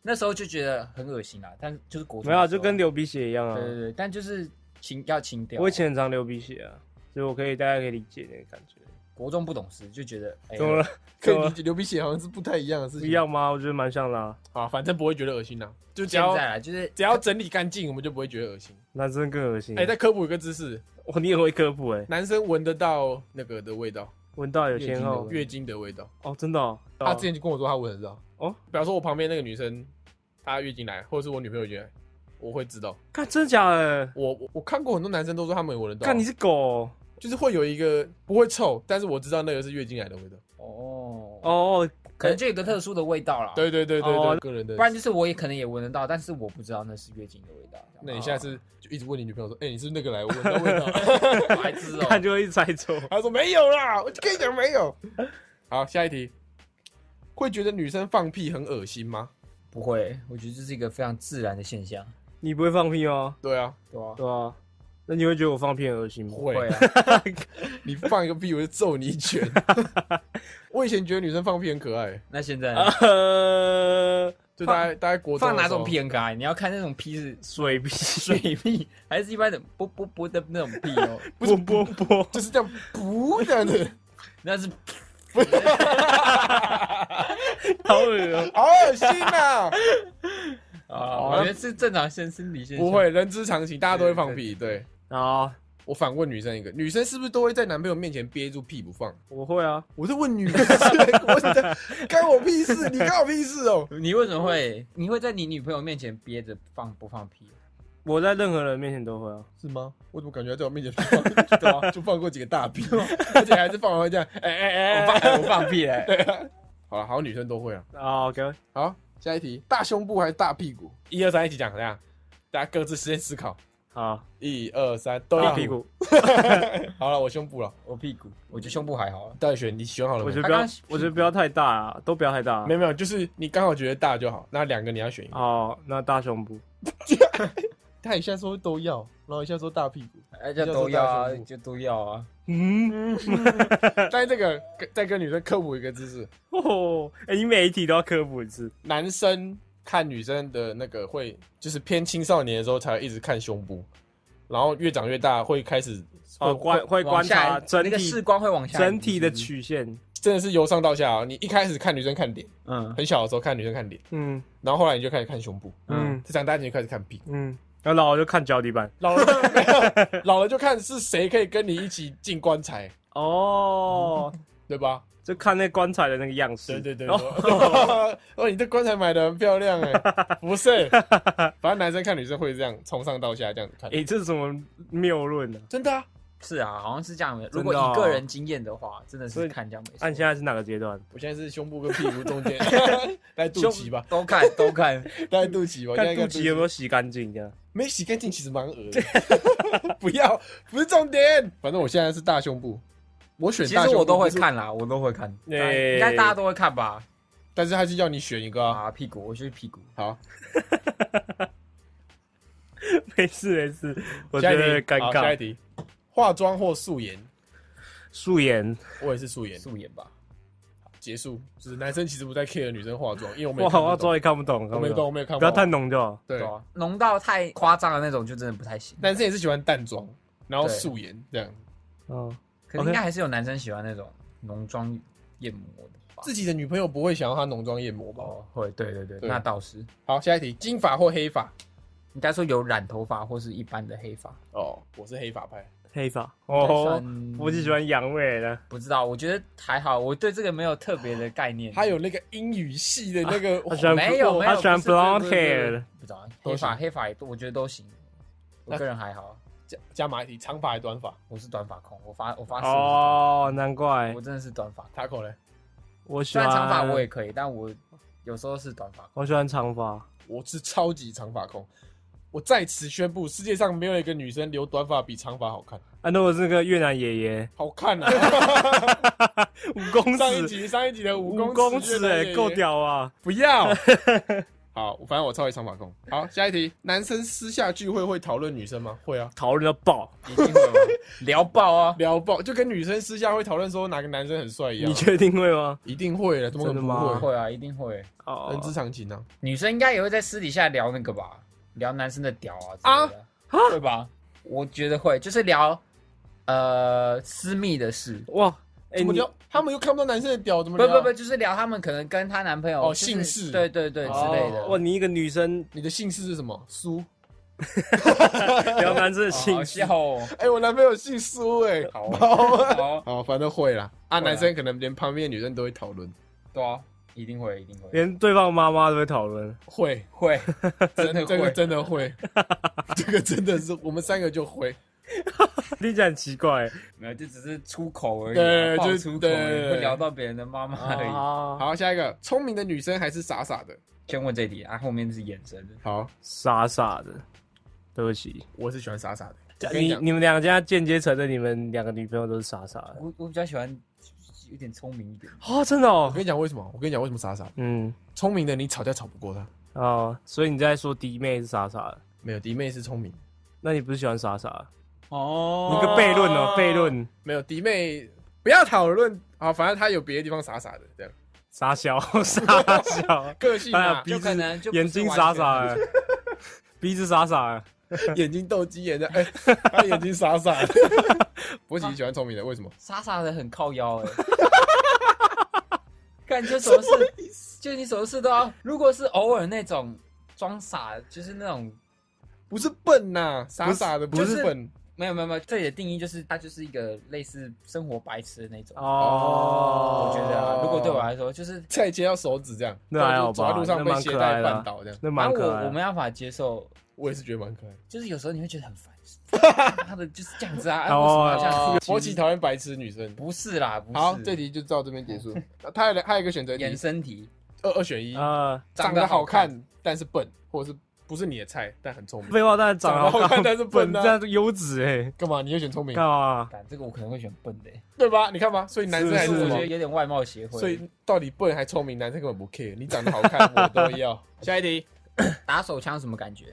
Speaker 3: 那时候就觉得很恶心啦，但就是国中
Speaker 2: 没有啊，
Speaker 3: 的时
Speaker 2: 就
Speaker 3: 候
Speaker 2: 跟流鼻血一样啊
Speaker 3: 对。对对，但就是清要清掉。啊
Speaker 2: 我以前很常流鼻血啊，所以我可以大家可以理解那个感觉。
Speaker 3: 国中不懂事，就觉得哎
Speaker 2: 怎么了？
Speaker 1: 可
Speaker 2: 怎
Speaker 1: 以
Speaker 2: 么
Speaker 1: 理
Speaker 2: 了
Speaker 1: 解流鼻血好像是不太一样的事
Speaker 2: 不
Speaker 1: 情。
Speaker 2: 一样吗？我觉得蛮像的啊。
Speaker 1: 啊，反正不会觉得恶心呐、就只
Speaker 3: 现
Speaker 1: 要
Speaker 3: 在啦，就是
Speaker 1: 只要整理干净，我们就不会觉得恶心。
Speaker 2: 男生更恶心。
Speaker 1: 哎、再科普一个知识，
Speaker 2: 哇，你也会科普哎，
Speaker 1: 男生闻得到那个的味道，
Speaker 2: 闻到有先
Speaker 3: 哦
Speaker 2: 后
Speaker 1: 月经的味道。
Speaker 2: 哦，真的哦。
Speaker 1: 他之前就跟我说他闻得到。
Speaker 2: 哦，
Speaker 1: 比方说我旁边那个女生，她月经来，或者是我女朋友月经来，我会知道。
Speaker 2: 看真假的？
Speaker 1: 我我我看过很多男生都说他们有闻得到。啊
Speaker 2: 看你是狗哦
Speaker 1: 就是会有一个不会臭，但是我知道那个是月经来的味道。
Speaker 3: 哦哦，
Speaker 2: 哦，
Speaker 3: 可能就有一个特殊的味道啦。，
Speaker 1: 对对对对对，
Speaker 2: 哦
Speaker 1: 个人的
Speaker 3: 不。然就是我也可能也闻得到，但是我不知道那是月经的味道。
Speaker 1: 那你下次就一直问你女朋友说：“哎、你是不是那个来？我闻到
Speaker 2: [laughs]
Speaker 3: 哦
Speaker 1: 味道。
Speaker 3: 白痴
Speaker 2: 看
Speaker 3: 哦，
Speaker 2: 就会一直猜错。”
Speaker 1: 她说：“没有啦，我就跟你讲没有。”好，下一题，会觉得女生放屁很恶心吗？
Speaker 3: 不会，我觉得这是一个非常自然的现象，
Speaker 2: 你不会放屁吗？
Speaker 1: 对啊，
Speaker 3: 对吧？
Speaker 2: 对啊，那你会觉得我放屁很
Speaker 1: [laughs]
Speaker 2: 恶心吗？
Speaker 1: 会。
Speaker 3: 会啊，
Speaker 1: 你放一个屁，我就揍你一拳。我以前觉得女生放屁很可爱，
Speaker 3: 那现在呢
Speaker 2: 呃，
Speaker 1: 就大概大概国中
Speaker 3: 放
Speaker 1: 的
Speaker 3: 哪
Speaker 1: 时候
Speaker 3: 种？屁很啊可爱？你要看那种屁是
Speaker 2: 水屁水
Speaker 3: 水屁， [laughs] 还是一般的啵啵啵的那种屁哦？
Speaker 2: 波波波，
Speaker 1: 就是这样，不这样子，
Speaker 3: 那是
Speaker 2: 好恶哦！
Speaker 1: 好恶心啊！
Speaker 3: 啊，我觉得是正常生生理现象。
Speaker 1: 不，会，人之常情，大家都会放屁。对，
Speaker 2: 好，
Speaker 1: 我反问女生一个，女生是不是都会在男朋友面前憋住屁不放？
Speaker 2: 我会啊，
Speaker 1: 我是问女生， [laughs] 我是在干我屁事？你干我屁事哦！
Speaker 3: 你为什么会？你会在你女朋友面前憋着放不放屁？
Speaker 2: 我在任何人面前都会啊。
Speaker 1: 是吗？我怎么感觉在我面前放， [laughs] 对啊，就放过几个大
Speaker 2: [laughs]
Speaker 1: 屁，而且还是放完这样，哎哎哎，
Speaker 3: 我放我放屁嘞！
Speaker 1: 好了，好像女生都会啊。
Speaker 2: 啊，OK，
Speaker 1: 好，下一题，大胸部还是大屁股？一二三一起讲，怎样？大家各自时间思考。
Speaker 2: 好，
Speaker 1: 一二三，都
Speaker 2: 大
Speaker 1: 一
Speaker 2: 屁。股，
Speaker 1: 好了，我胸部了。
Speaker 3: 我屁股，我觉得胸部还好啊。
Speaker 1: 大选，你喜欢好了
Speaker 2: 我
Speaker 1: 没
Speaker 2: 觉？得
Speaker 3: 他
Speaker 2: 不要
Speaker 3: 刚刚，
Speaker 2: 我觉得不要太大啊，都不要太大啊
Speaker 1: 没。有没有，就是你刚好觉得大就好。那两个你要选一个。
Speaker 2: 哦，那大胸部，
Speaker 1: 他一下说都要，然后一下说大屁
Speaker 2: [laughs]
Speaker 1: 股。
Speaker 3: 哎，就
Speaker 1: 要
Speaker 3: 都
Speaker 1: 做
Speaker 3: 要
Speaker 1: 大
Speaker 3: 啊
Speaker 1: 胸，部
Speaker 3: 就都要啊。
Speaker 2: 嗯，
Speaker 1: 但是这个跟再跟女生科普一个知识，
Speaker 2: 哦，哎，你每一题都要科普一次，
Speaker 1: 男生看女生的那个会，就是偏青少年的时候才会一直看胸部，然后越长越大会开始会
Speaker 2: 哦，观会观
Speaker 3: 往下
Speaker 2: 察整
Speaker 3: 那个
Speaker 2: 体
Speaker 3: 视光会往下移，
Speaker 2: 整体的
Speaker 3: 是不是
Speaker 2: 曲线，
Speaker 1: 真的是由上到下啊！你一开始看女生看脸，
Speaker 3: 嗯
Speaker 1: 很小的时候看女生看脸，
Speaker 2: 嗯
Speaker 1: 然后后来你就开始看胸部，
Speaker 2: 嗯
Speaker 1: 再长大一点就开始看屁股，
Speaker 2: 嗯，然后老了就看脚底板。
Speaker 1: 老了 [laughs] 老了就看是谁可以跟你一起进棺材，
Speaker 2: 哦，
Speaker 1: 对吧？
Speaker 2: 就看那棺材的那个样式。
Speaker 1: 对对对，
Speaker 2: 然
Speaker 1: 对
Speaker 2: 后
Speaker 1: 哦， [laughs] 哦你这棺材买的很漂亮哎、不是，反正男生看女生会这样，从上到下这样子看，
Speaker 2: [laughs] 诶，这是什么谬论呢？
Speaker 1: 真的啊，
Speaker 3: 是啊，好像是这样的。
Speaker 2: 的哦
Speaker 3: 如果以个人经验的话，真的
Speaker 2: 所
Speaker 3: 是
Speaker 2: 以
Speaker 3: 看这样没错。
Speaker 2: 按现在是哪个阶段？
Speaker 1: 我现在是胸部跟屁股中
Speaker 2: [laughs]
Speaker 1: 间，来肚
Speaker 3: 胸
Speaker 1: 脐吧，
Speaker 3: 都看都看，
Speaker 1: 来肚脐吧，我现
Speaker 2: 看
Speaker 1: 在
Speaker 2: 肚
Speaker 1: 看
Speaker 2: 脐有没有洗干净这样？
Speaker 1: 没洗干净，其实蛮恶的， [laughs] 不要，不是重点，反正我现在是大胸部，我选
Speaker 3: 其
Speaker 1: 大
Speaker 3: 实
Speaker 1: 胸部
Speaker 3: 我都会
Speaker 1: 不是，
Speaker 3: 看啦，我都会看，大家
Speaker 2: 诶
Speaker 3: 应该大家都会看吧？
Speaker 1: 但是他是要你选一个啊，
Speaker 3: 啊，屁股，我就是屁股。
Speaker 1: 好，
Speaker 2: [laughs] 没事没事，我觉
Speaker 1: 下一
Speaker 2: 得
Speaker 1: 题，
Speaker 2: 尴
Speaker 1: 好下一
Speaker 2: 尬。
Speaker 1: 题，化妆或素颜，
Speaker 2: 素颜，
Speaker 1: 我也是素颜，
Speaker 3: 素颜吧，
Speaker 1: 结束，就是男生其实不太 care 女生化妆，因为我没
Speaker 2: 哇，
Speaker 1: 看不
Speaker 2: 化
Speaker 1: 懂
Speaker 2: 妆也看不懂，
Speaker 1: 我
Speaker 2: 看
Speaker 1: 没
Speaker 2: 不
Speaker 1: 懂，我
Speaker 2: 懂，
Speaker 1: 没有看，
Speaker 2: 不要太。浓就好。
Speaker 1: 对
Speaker 3: 对，啊，浓到太夸张的那种就真的不太行。
Speaker 1: 男生也是喜欢淡妆，然后
Speaker 3: 对
Speaker 1: 素颜这样。
Speaker 2: 嗯，
Speaker 3: 可是应该还是有男生喜欢那种浓妆艳抹的吧？
Speaker 1: 自己的女朋友不会想要她浓妆艳抹吧？
Speaker 3: 哦，会，对对对，
Speaker 1: 对
Speaker 3: 那倒是。
Speaker 1: 好，下一题，金发或黑发？
Speaker 3: 应该说有染头发或是一般的黑发。
Speaker 1: 哦，我是黑发派。
Speaker 2: 黑发
Speaker 3: 哦
Speaker 2: 哦，，我只喜欢阳痿的。
Speaker 3: 不知道，我觉得还好，我对这个没有特别的概念。
Speaker 1: 他有那个英语系的那个，
Speaker 2: [laughs] 他喜欢
Speaker 3: 没有没有，
Speaker 2: 他喜欢
Speaker 3: 不是对
Speaker 2: blonde
Speaker 3: 对对
Speaker 2: hair
Speaker 3: 不知道
Speaker 1: 都
Speaker 3: 黑发
Speaker 1: 行
Speaker 3: 黑发也都我觉得都行，我
Speaker 1: 那
Speaker 3: 个人还好，
Speaker 1: 加加马一题，长发还是短发？
Speaker 3: 我是短发控，我发我发誓我
Speaker 2: 哦，难
Speaker 3: 是
Speaker 2: 怪
Speaker 3: 啊短，我真的是短发控，
Speaker 1: 塔口嘞？
Speaker 2: 我喜
Speaker 3: 虽
Speaker 2: 欢
Speaker 3: 然长发我也可以，但我有时候是短发控。
Speaker 2: 我喜欢长发。啊
Speaker 1: 我是超级长发控。我在此宣布，世界上没有一个女生留短发比长发好看，
Speaker 2: 啊，那我是个越南爷
Speaker 1: [laughs]
Speaker 2: 爷，
Speaker 1: 好看啊！
Speaker 2: 五 [laughs] 公
Speaker 1: 上一
Speaker 2: 尺，
Speaker 1: 集上一集的武
Speaker 2: 五
Speaker 1: 功
Speaker 2: 公尺，
Speaker 1: 哎
Speaker 2: 哎，，够！屌啊！
Speaker 1: 不要。 [laughs] 好，反正我超级长发控。好，下一题，男生私下聚会会讨论女生吗？会啊。
Speaker 2: 讨论到爆，
Speaker 3: 一定会吗聊爆啊！
Speaker 1: 聊爆，就跟女生私下会讨论说哪个男生很帅一样。
Speaker 2: 你确定会吗？
Speaker 1: 一定会的，怎么可能
Speaker 2: 真的
Speaker 1: 不
Speaker 2: 吗
Speaker 1: 会？
Speaker 3: 会啊，一定会。
Speaker 2: 哦
Speaker 1: 人之常情啊！
Speaker 3: 女生应该也会在私底下聊那个吧，聊男生的屌啊之类的，会吧？我觉得会，就是聊呃私密的事，
Speaker 2: 哇，哎，
Speaker 1: 怎么
Speaker 2: 你
Speaker 1: 聊？他们又看不到男生的屌，怎么
Speaker 3: 不
Speaker 1: 聊？
Speaker 3: 不不，，就是聊他们可能跟她男朋友
Speaker 1: 哦
Speaker 3: 就是
Speaker 1: 姓氏
Speaker 3: 对对对之类的。
Speaker 2: 哦哇，你一个女生
Speaker 1: 你的姓氏是什么？苏。
Speaker 2: 聊男生的
Speaker 3: 好
Speaker 2: 性
Speaker 3: 笑哦，
Speaker 1: 哎，我男朋友姓苏，哎， [laughs]
Speaker 3: 好好，
Speaker 1: 好，反正会啦。啊，
Speaker 3: 会啦
Speaker 1: 男生可能连旁边的女生都会讨论，
Speaker 3: 对啊，一定会，一定会，
Speaker 2: 连对方妈妈都会讨论。
Speaker 1: 会，
Speaker 3: 会，
Speaker 1: [laughs] 真
Speaker 3: 真的
Speaker 1: 的，这个
Speaker 3: 会
Speaker 1: 真的会， [laughs] 这个真的是我们三个就会。
Speaker 2: 听起来很奇怪。
Speaker 3: 没有，就只是出口而已
Speaker 1: 对
Speaker 3: 啊，爆
Speaker 1: 就是
Speaker 3: 出口
Speaker 1: 对
Speaker 3: 而
Speaker 1: 对啊
Speaker 3: 已，
Speaker 1: 对
Speaker 3: 会聊到别人的妈妈而已。
Speaker 2: 好，
Speaker 1: 好，下一个，聪明的女生还是傻傻的？
Speaker 3: 先问这题啊，后面是衍生的，
Speaker 1: 好，
Speaker 2: 傻傻的，对不起。
Speaker 1: 我是喜欢傻傻的。我跟你
Speaker 2: 你
Speaker 1: 讲，
Speaker 2: 你们两家间接承认你们两个女朋友都是傻傻的
Speaker 3: 我我比较喜欢有点聪明一点，
Speaker 2: 哦，真的
Speaker 1: 我
Speaker 2: 哦
Speaker 1: 跟，你讲为什么？我跟你讲为什么傻傻的？
Speaker 2: 嗯
Speaker 1: 聪明的你吵架吵不过他，
Speaker 2: 哦，所以你在说弟妹是傻傻的，
Speaker 1: 没有，弟妹是聪明的。
Speaker 2: 那你不是喜欢傻傻的？
Speaker 3: 哦
Speaker 2: 你个悖论哦，悖论，
Speaker 1: 没有弟妹，不要讨论啊，反正她有别的地方傻傻的这样，
Speaker 2: 傻小 [laughs] 傻小，
Speaker 1: 个性
Speaker 2: 哎呀
Speaker 1: 啊，
Speaker 2: 鼻
Speaker 3: 就可能
Speaker 2: 子
Speaker 3: 就不是
Speaker 2: 眼睛傻傻的，鼻子傻傻的，
Speaker 1: 眼睛斗鸡眼的，哎、她眼睛傻傻的。博奇喜欢聪明的，为什么？
Speaker 3: 傻傻的很靠腰哎、欸。 [laughs] 干就什么事，就你什么事都要。如果是偶尔那种装傻，就是那种
Speaker 1: 不是笨呐、傻傻的
Speaker 3: 不是
Speaker 1: 不是笨，
Speaker 3: 没有没有没有，这里的定义就是他就是一个类似生活白痴的那种。
Speaker 2: 哦，
Speaker 3: 我觉得啊，
Speaker 1: 哦
Speaker 3: 如果对我来说，就是
Speaker 1: 菜切到手指这样，
Speaker 2: 那还好吧
Speaker 1: 走在路上
Speaker 2: 那
Speaker 1: 被
Speaker 2: 蛮
Speaker 1: 鞋
Speaker 2: 可爱
Speaker 1: 带
Speaker 2: 的
Speaker 1: 绊倒这样，
Speaker 2: 那
Speaker 3: 反
Speaker 2: 蛮
Speaker 3: 正
Speaker 2: 可
Speaker 3: 我
Speaker 2: 爱
Speaker 3: 我
Speaker 2: 的。
Speaker 3: 没办法接受，
Speaker 1: 我也是觉得蛮可爱的。
Speaker 3: 就是有时候你会觉得很烦，他的就是这样子啊，啊为什么要这样
Speaker 1: 哦
Speaker 3: 子？
Speaker 1: 博奇讨厌白痴女生。
Speaker 3: 不是啦，不是。
Speaker 1: 好，这题就到这边结束。他有两还有一个选择题
Speaker 3: 衍，生题，
Speaker 1: 二二选一，
Speaker 2: 呃，
Speaker 1: 长得好看但是笨，或者是不是你的菜但很聪明。
Speaker 2: 废话，但是长得
Speaker 1: 长得
Speaker 2: 好
Speaker 1: 好看
Speaker 2: 看，
Speaker 1: 但是笨啊
Speaker 2: 这样子优质哎，
Speaker 1: 干嘛？你又选聪明
Speaker 2: 干，嘛？啊
Speaker 3: 干这个我可能会选笨的欸，
Speaker 1: 对吧？你看吧，所以男生还
Speaker 2: 是
Speaker 1: 是
Speaker 2: 不
Speaker 3: 我
Speaker 2: 是
Speaker 1: 什
Speaker 3: 觉
Speaker 1: 么
Speaker 3: 得？有点外貌协会。
Speaker 1: 所以到底笨还聪明，男生根本不 care。你长得好看，我都要。下一题，
Speaker 3: 打手枪什么感觉？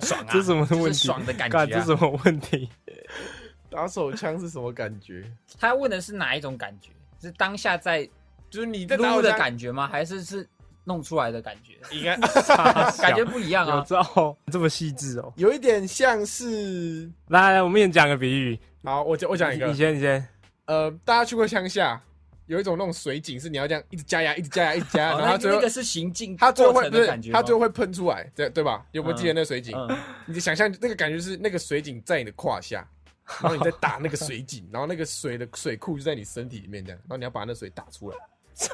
Speaker 4: 爽啊，
Speaker 2: 这是什么
Speaker 4: 就是
Speaker 2: [laughs] 问题？
Speaker 4: 爽的感觉啊
Speaker 2: 干这是什么问题？
Speaker 1: 打手枪是什么感觉？
Speaker 3: 他问的是哪一种感觉？是当下在
Speaker 1: [laughs] 就是你在打
Speaker 3: 撸
Speaker 1: 手
Speaker 3: 的
Speaker 1: 枪，
Speaker 3: 感觉吗？还是是弄出来的感
Speaker 1: [laughs]
Speaker 3: 觉？
Speaker 1: 应该
Speaker 3: 感觉不一样
Speaker 2: 有
Speaker 3: 啊！
Speaker 2: 照这么细致哦。
Speaker 1: 有一点像是。
Speaker 2: 来来，我们也讲个比喻，
Speaker 1: 好，我讲我讲一
Speaker 2: 你
Speaker 1: 个，
Speaker 2: 先你先，
Speaker 1: 呃，大家去过乡下，有一种那种水井是你要这样一直加压，一直加压，一直加压，
Speaker 3: [laughs] 哦
Speaker 1: 然后
Speaker 3: 那
Speaker 1: 它最
Speaker 3: 那
Speaker 1: 后
Speaker 3: 个是行进
Speaker 1: 它最后
Speaker 3: 过
Speaker 1: 会
Speaker 3: 程
Speaker 1: 不
Speaker 3: 的
Speaker 1: 是
Speaker 3: 感觉吗，
Speaker 1: 它最后会喷出来，对对吧？有没有记得那水井？
Speaker 3: 嗯，
Speaker 1: 你的想象那个感觉是那个水井在你的胯
Speaker 3: [laughs]
Speaker 1: 下，然后你在打那个水井，然后那个水的水库就在你身体里面这样，然后你要把那水打出来。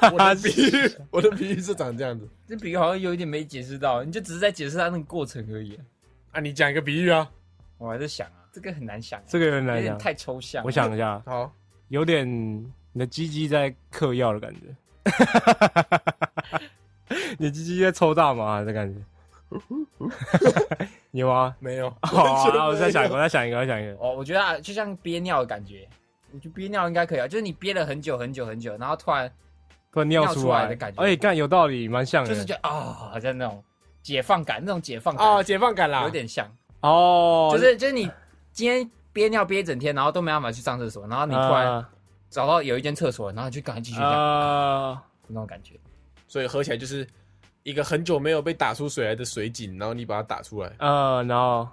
Speaker 1: 我的比喻，我的比喻是长这样子
Speaker 3: 这比喻好像有一点没解释到，你就只是在解释他那个过程而已。
Speaker 1: 啊！你讲一个比喻啊，
Speaker 3: 我还在想啊，这个很难想啊，
Speaker 2: [laughs] 这个人
Speaker 3: 有
Speaker 2: 来
Speaker 3: 点
Speaker 2: 讲，
Speaker 3: 太抽象。
Speaker 2: 我想一下，啊
Speaker 1: 好，
Speaker 2: 有点你的鸡鸡在嗑药的感
Speaker 3: [laughs]
Speaker 2: 觉，你的鸡鸡在抽大麻的感觉，
Speaker 3: [laughs]
Speaker 2: 有吗？
Speaker 1: 没有，
Speaker 2: 好啊，我
Speaker 1: 完全没有
Speaker 2: 再想一个，我再想一个，我再想一个。
Speaker 3: 哦，我觉得啊，就像憋尿的感觉，我觉得憋尿应该可以啊，就是你憋了很久很久很久，然后突然
Speaker 2: 突然尿
Speaker 3: 尿出
Speaker 2: 出
Speaker 3: 来
Speaker 2: 来
Speaker 3: 的感觉
Speaker 2: 哎，干有道理，蛮像的。
Speaker 3: 就是觉得啊，好像那种解放感，那种解放
Speaker 1: 啊，
Speaker 3: 感
Speaker 1: 解放感啦，
Speaker 3: 有点像，
Speaker 2: 哦，
Speaker 3: 就是就是你今天憋尿憋一整天，然后都没办法去上厕所，然后你突然
Speaker 2: 啊
Speaker 3: 找到有一间厕所，然后就赶快继续尿，
Speaker 2: 啊，
Speaker 3: 那种感觉。
Speaker 1: 所以合起来就是一个很久没有被打出水来的水井，然后你把它打出来。
Speaker 2: 呃，然后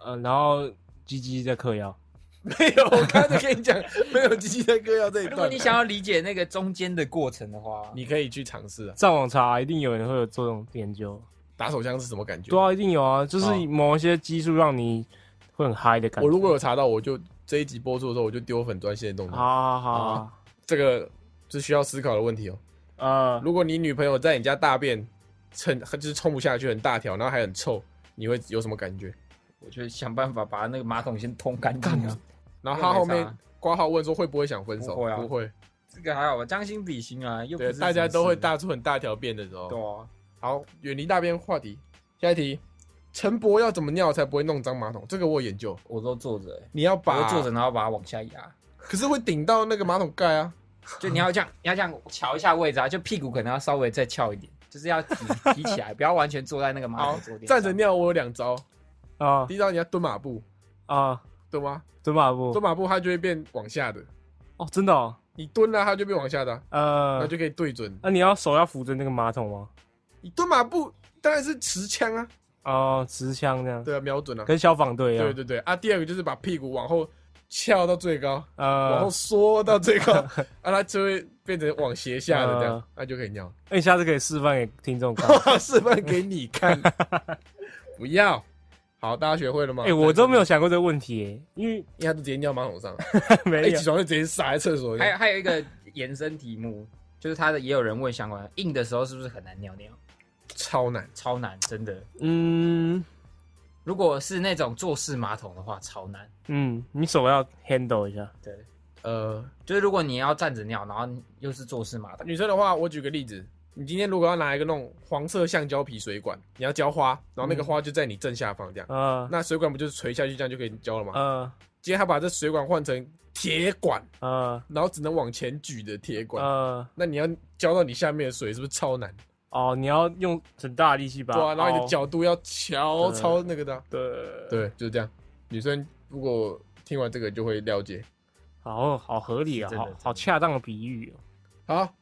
Speaker 2: 呃，然后鸡鸡在嗑药，
Speaker 1: [laughs] 没有，我刚才跟你讲， [laughs] 没有机器在割药这一
Speaker 3: 如果
Speaker 1: 段
Speaker 3: 你，想要理解那个中间的过程的话，
Speaker 1: 你可以去尝试啊。
Speaker 2: 上网查一定有人会有做这种研究。
Speaker 1: 打手枪是什么感觉？
Speaker 2: 对啊，一定有啊，就是
Speaker 1: 哦
Speaker 2: 某一些激素让你会很嗨的感觉。
Speaker 1: 我如果有查到，我就这一集播出的时候，我就丢粉专线动作。
Speaker 2: 好好好好，
Speaker 1: 这个是需要思考的问题哦。
Speaker 2: 呃，
Speaker 1: 如果你女朋友在你家大便，趁就是冲不下去，很大条，然后还很臭，你会有什么感觉？
Speaker 3: 我就想办法把那个马桶先通干净啊。
Speaker 1: 然后他后
Speaker 3: 没
Speaker 1: 面
Speaker 3: 差
Speaker 1: 挂号问说会不会想分手？
Speaker 3: 不会啊
Speaker 1: 不会，
Speaker 3: 这个还好吧，将心比心啊，又不
Speaker 1: 对，
Speaker 3: 是
Speaker 1: 大家都会
Speaker 3: 大
Speaker 1: 大出很大条便的时候。
Speaker 3: 对啊。
Speaker 1: 好，远离大便话题，下一题。陈博要怎么尿才不会弄脏马桶？这个我有研究。
Speaker 3: 我都坐着、欸，
Speaker 1: 你要
Speaker 3: 我
Speaker 1: 把
Speaker 3: 都坐着，然后把它往下压，
Speaker 1: 可是会顶到那个马桶盖啊。
Speaker 3: 就你
Speaker 1: [laughs]
Speaker 3: 要这样，你要这样瞧一下位置啊，就屁股可能要稍微再翘一点，就是要提提起来，不要完全坐在那个马
Speaker 1: 好
Speaker 3: 桶坐垫，上
Speaker 1: 站着尿我有两招，
Speaker 2: 啊
Speaker 1: 第一招你要蹲马步，
Speaker 2: 啊，
Speaker 1: 懂吗？
Speaker 2: 蹲马步
Speaker 3: 哦
Speaker 1: 蹲马步它就会变往下的，
Speaker 2: 哦，真的哦，
Speaker 1: 你蹲了、它就变往下的啊、那
Speaker 3: 嗯
Speaker 2: 呃，
Speaker 1: 就可以对准。
Speaker 2: 那你要手要扶着那个马桶吗？
Speaker 1: 你蹲马步当然是持枪啊，
Speaker 2: 哦，持枪这样，
Speaker 1: 对啊，瞄准啊。
Speaker 2: 跟消防队一
Speaker 1: 对
Speaker 2: 样，
Speaker 1: 对对啊，第二个就是把屁股往后翘到最高，
Speaker 3: 嗯
Speaker 1: 往
Speaker 2: 呃
Speaker 1: 后，缩到最高， [laughs] 啊，它就会变成往斜下的这样
Speaker 3: 嗯
Speaker 2: 呃，
Speaker 1: 那就可以尿。
Speaker 2: 那你下次可以示范给听
Speaker 1: [laughs]
Speaker 2: 众看。
Speaker 1: 示范给你看， [laughs] 不要。好，大家学会了吗？
Speaker 2: 哎，我都没有想过这个哎问题
Speaker 1: [laughs]
Speaker 2: 耶，因
Speaker 1: 因
Speaker 2: 为
Speaker 1: 为他就直接尿马桶上，
Speaker 2: 没
Speaker 1: 一
Speaker 2: 有
Speaker 1: 起床就直接撒在厕所里。
Speaker 3: 还有还有一个延伸题目，就是他的也有人问相关，硬的时候是不是很难尿尿？
Speaker 1: 超难，
Speaker 3: 超难，真的。
Speaker 2: 嗯
Speaker 3: 如果是那种坐式马桶的话，超难。
Speaker 2: 嗯，你手要 handle 一下，
Speaker 3: 对，
Speaker 1: 呃，
Speaker 3: 就是如果你要站着尿，然后又是坐式马桶，
Speaker 1: 女生的话，我举个例子，你今天如果要拿一个那种黄色橡胶皮水管，你要浇花，然后那个花就在你正下方这样，
Speaker 2: 呃
Speaker 1: 那水管不就是垂下去这样就可以浇了吗？
Speaker 2: 呃
Speaker 1: 今天他把这水管换成铁管，
Speaker 2: 呃
Speaker 1: 然后只能往前举的铁管，
Speaker 2: 呃，
Speaker 1: 那你要浇到你下面的水是不是超难？
Speaker 2: 哦，你要用很大的力气把，嗯
Speaker 1: 对啊，然后你的
Speaker 2: 哦
Speaker 1: 角度要调
Speaker 2: 对
Speaker 1: 超那个的啊，
Speaker 2: 对，
Speaker 1: 对，就是这样。女生如果听完这个就会了解。
Speaker 2: 好好合理啊，
Speaker 3: 真的
Speaker 2: 好
Speaker 3: 真的
Speaker 2: 好恰当的比喻、哦。
Speaker 1: 好，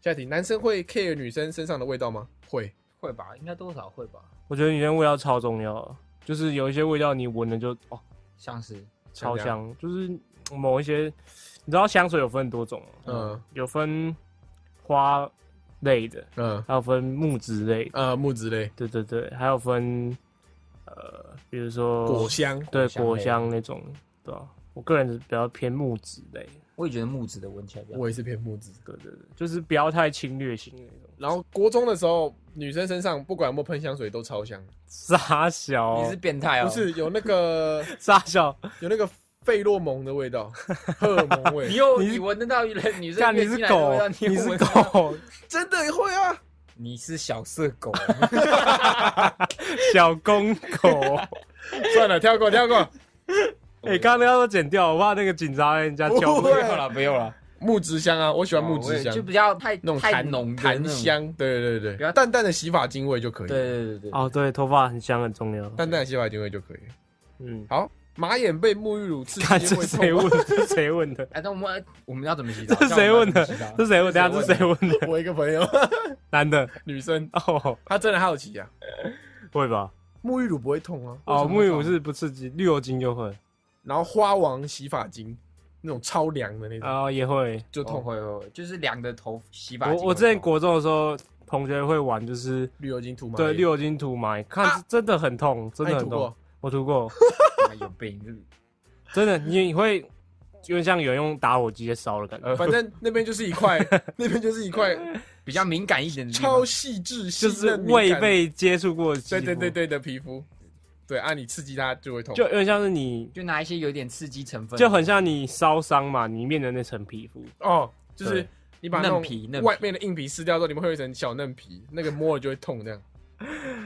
Speaker 1: 下一题，男生会 care 女生身上的味道吗？会，
Speaker 3: 会吧？应该多少会吧？
Speaker 2: 我觉得女生味道超重要的，就是有一些味道你闻了就哦
Speaker 3: 像是
Speaker 2: 超
Speaker 1: 像这样
Speaker 2: 香，就是某一些，你知道香水有分很多种吗，
Speaker 1: 嗯
Speaker 2: 有分花类的，
Speaker 1: 嗯
Speaker 2: 还有分木质类的，
Speaker 1: 呃，木质类
Speaker 2: 对对对，还有分呃，比如
Speaker 3: 哦
Speaker 2: 说
Speaker 1: 果香，
Speaker 2: 对
Speaker 3: 果香类
Speaker 2: 果香那种，对吧、我个人是比较偏木质类，
Speaker 3: 我也觉得木质的闻起来比较。
Speaker 1: 我也是偏木质。
Speaker 2: 对对对，就是不要太侵略性那种。
Speaker 1: 然后国中的时候，女生身上不管有没有喷香水都超香，
Speaker 2: 傻小，
Speaker 3: 你是变态哦！
Speaker 1: 不是有那个
Speaker 2: 傻小，
Speaker 1: 有那个费洛蒙的味道，荷尔蒙
Speaker 3: 你 [laughs]
Speaker 1: 味，
Speaker 3: 又
Speaker 2: 你是
Speaker 3: 你闻得到女人女
Speaker 2: 干
Speaker 3: 生
Speaker 2: 你
Speaker 3: 月经
Speaker 2: 是
Speaker 3: 来的
Speaker 2: 狗
Speaker 3: 味道，，
Speaker 2: 你
Speaker 3: 又
Speaker 2: 是
Speaker 3: 闻
Speaker 2: [laughs]
Speaker 3: 得到，
Speaker 2: 狗，
Speaker 1: 真的会啊！
Speaker 3: 你是小色狗，
Speaker 2: [laughs] 小公 [laughs] 狗。
Speaker 1: 算了，跳过，跳
Speaker 3: 啊
Speaker 1: 过。
Speaker 2: 哎，刚刚那个都剪掉，我怕那个警察来人家叫
Speaker 1: 不
Speaker 2: 我
Speaker 1: 会。
Speaker 3: 不用了不用了，
Speaker 1: 木质香啊，我喜欢木质
Speaker 3: 哦我也
Speaker 1: 香
Speaker 3: 就，比较太
Speaker 1: 那种
Speaker 3: 太
Speaker 1: 檀
Speaker 3: 浓的那
Speaker 1: 檀
Speaker 3: 种，
Speaker 1: 香，对对对
Speaker 3: 不要
Speaker 1: 对，淡淡的洗发精味就可以，
Speaker 3: 对对对对，
Speaker 2: 哦，对，头发很香很重要。
Speaker 1: 淡淡的洗发精味就可以。
Speaker 2: 嗯，
Speaker 1: 好，马眼被沐浴乳刺激
Speaker 2: [laughs] 看这
Speaker 1: 会
Speaker 2: 谁
Speaker 1: 痛啊
Speaker 2: 问
Speaker 1: 吗？？
Speaker 2: 这谁问的？
Speaker 3: 哎，那我们我们要怎么洗澡？
Speaker 2: 这谁问 [laughs] 的
Speaker 3: 这样我们要怎么洗澡
Speaker 2: 这谁问？等下这谁问的？ [laughs]
Speaker 1: 我一个朋友， [laughs]
Speaker 2: 男的
Speaker 1: 女生，
Speaker 2: 哦，
Speaker 1: 她真的好奇啊，
Speaker 2: 会吧？
Speaker 1: 沐浴乳不会痛啊，
Speaker 2: 哦，
Speaker 1: 为什么
Speaker 2: 沐
Speaker 1: 会
Speaker 2: 浴
Speaker 1: 痛
Speaker 2: 乳是不刺激，绿油精就会，
Speaker 1: 然后花王洗发精那种超凉的那种
Speaker 2: 然后也会。
Speaker 1: 就
Speaker 3: 哦
Speaker 1: 痛，
Speaker 3: 会会会，就是凉的头洗发
Speaker 2: 我
Speaker 3: 精会痛。
Speaker 2: 我之前国中的时候，同学会玩，就是
Speaker 1: 绿油精涂吗？
Speaker 2: 对绿油精涂嘛，看真的很痛，真
Speaker 1: 啊那
Speaker 2: 的
Speaker 1: 你
Speaker 2: 很
Speaker 1: 涂
Speaker 2: 痛
Speaker 1: 过。，
Speaker 2: 我涂过，
Speaker 3: 妈有病，就是
Speaker 2: 真的，你你会因为像有人用打火机在烧的感觉，
Speaker 1: 反正那边就是一
Speaker 2: [laughs]
Speaker 1: 块，那边就是一块
Speaker 3: 比较敏感一点的地方
Speaker 1: 超。细致，
Speaker 2: 就是
Speaker 1: 未
Speaker 2: 未被接触过的肌
Speaker 1: 对
Speaker 2: 肤，
Speaker 1: 对对，对的皮肤，对啊，你刺激它就会痛，
Speaker 2: 就有点像是你，
Speaker 3: 就拿一些有点刺激成分，
Speaker 2: 就很像你烧伤嘛，里面的那层皮肤，
Speaker 1: 哦，就是
Speaker 2: 对
Speaker 1: 你把那种
Speaker 3: 嫩皮嫩皮
Speaker 1: 外面的硬皮撕掉之后，你们会有一层小嫩皮，那个摸了就会痛，这样。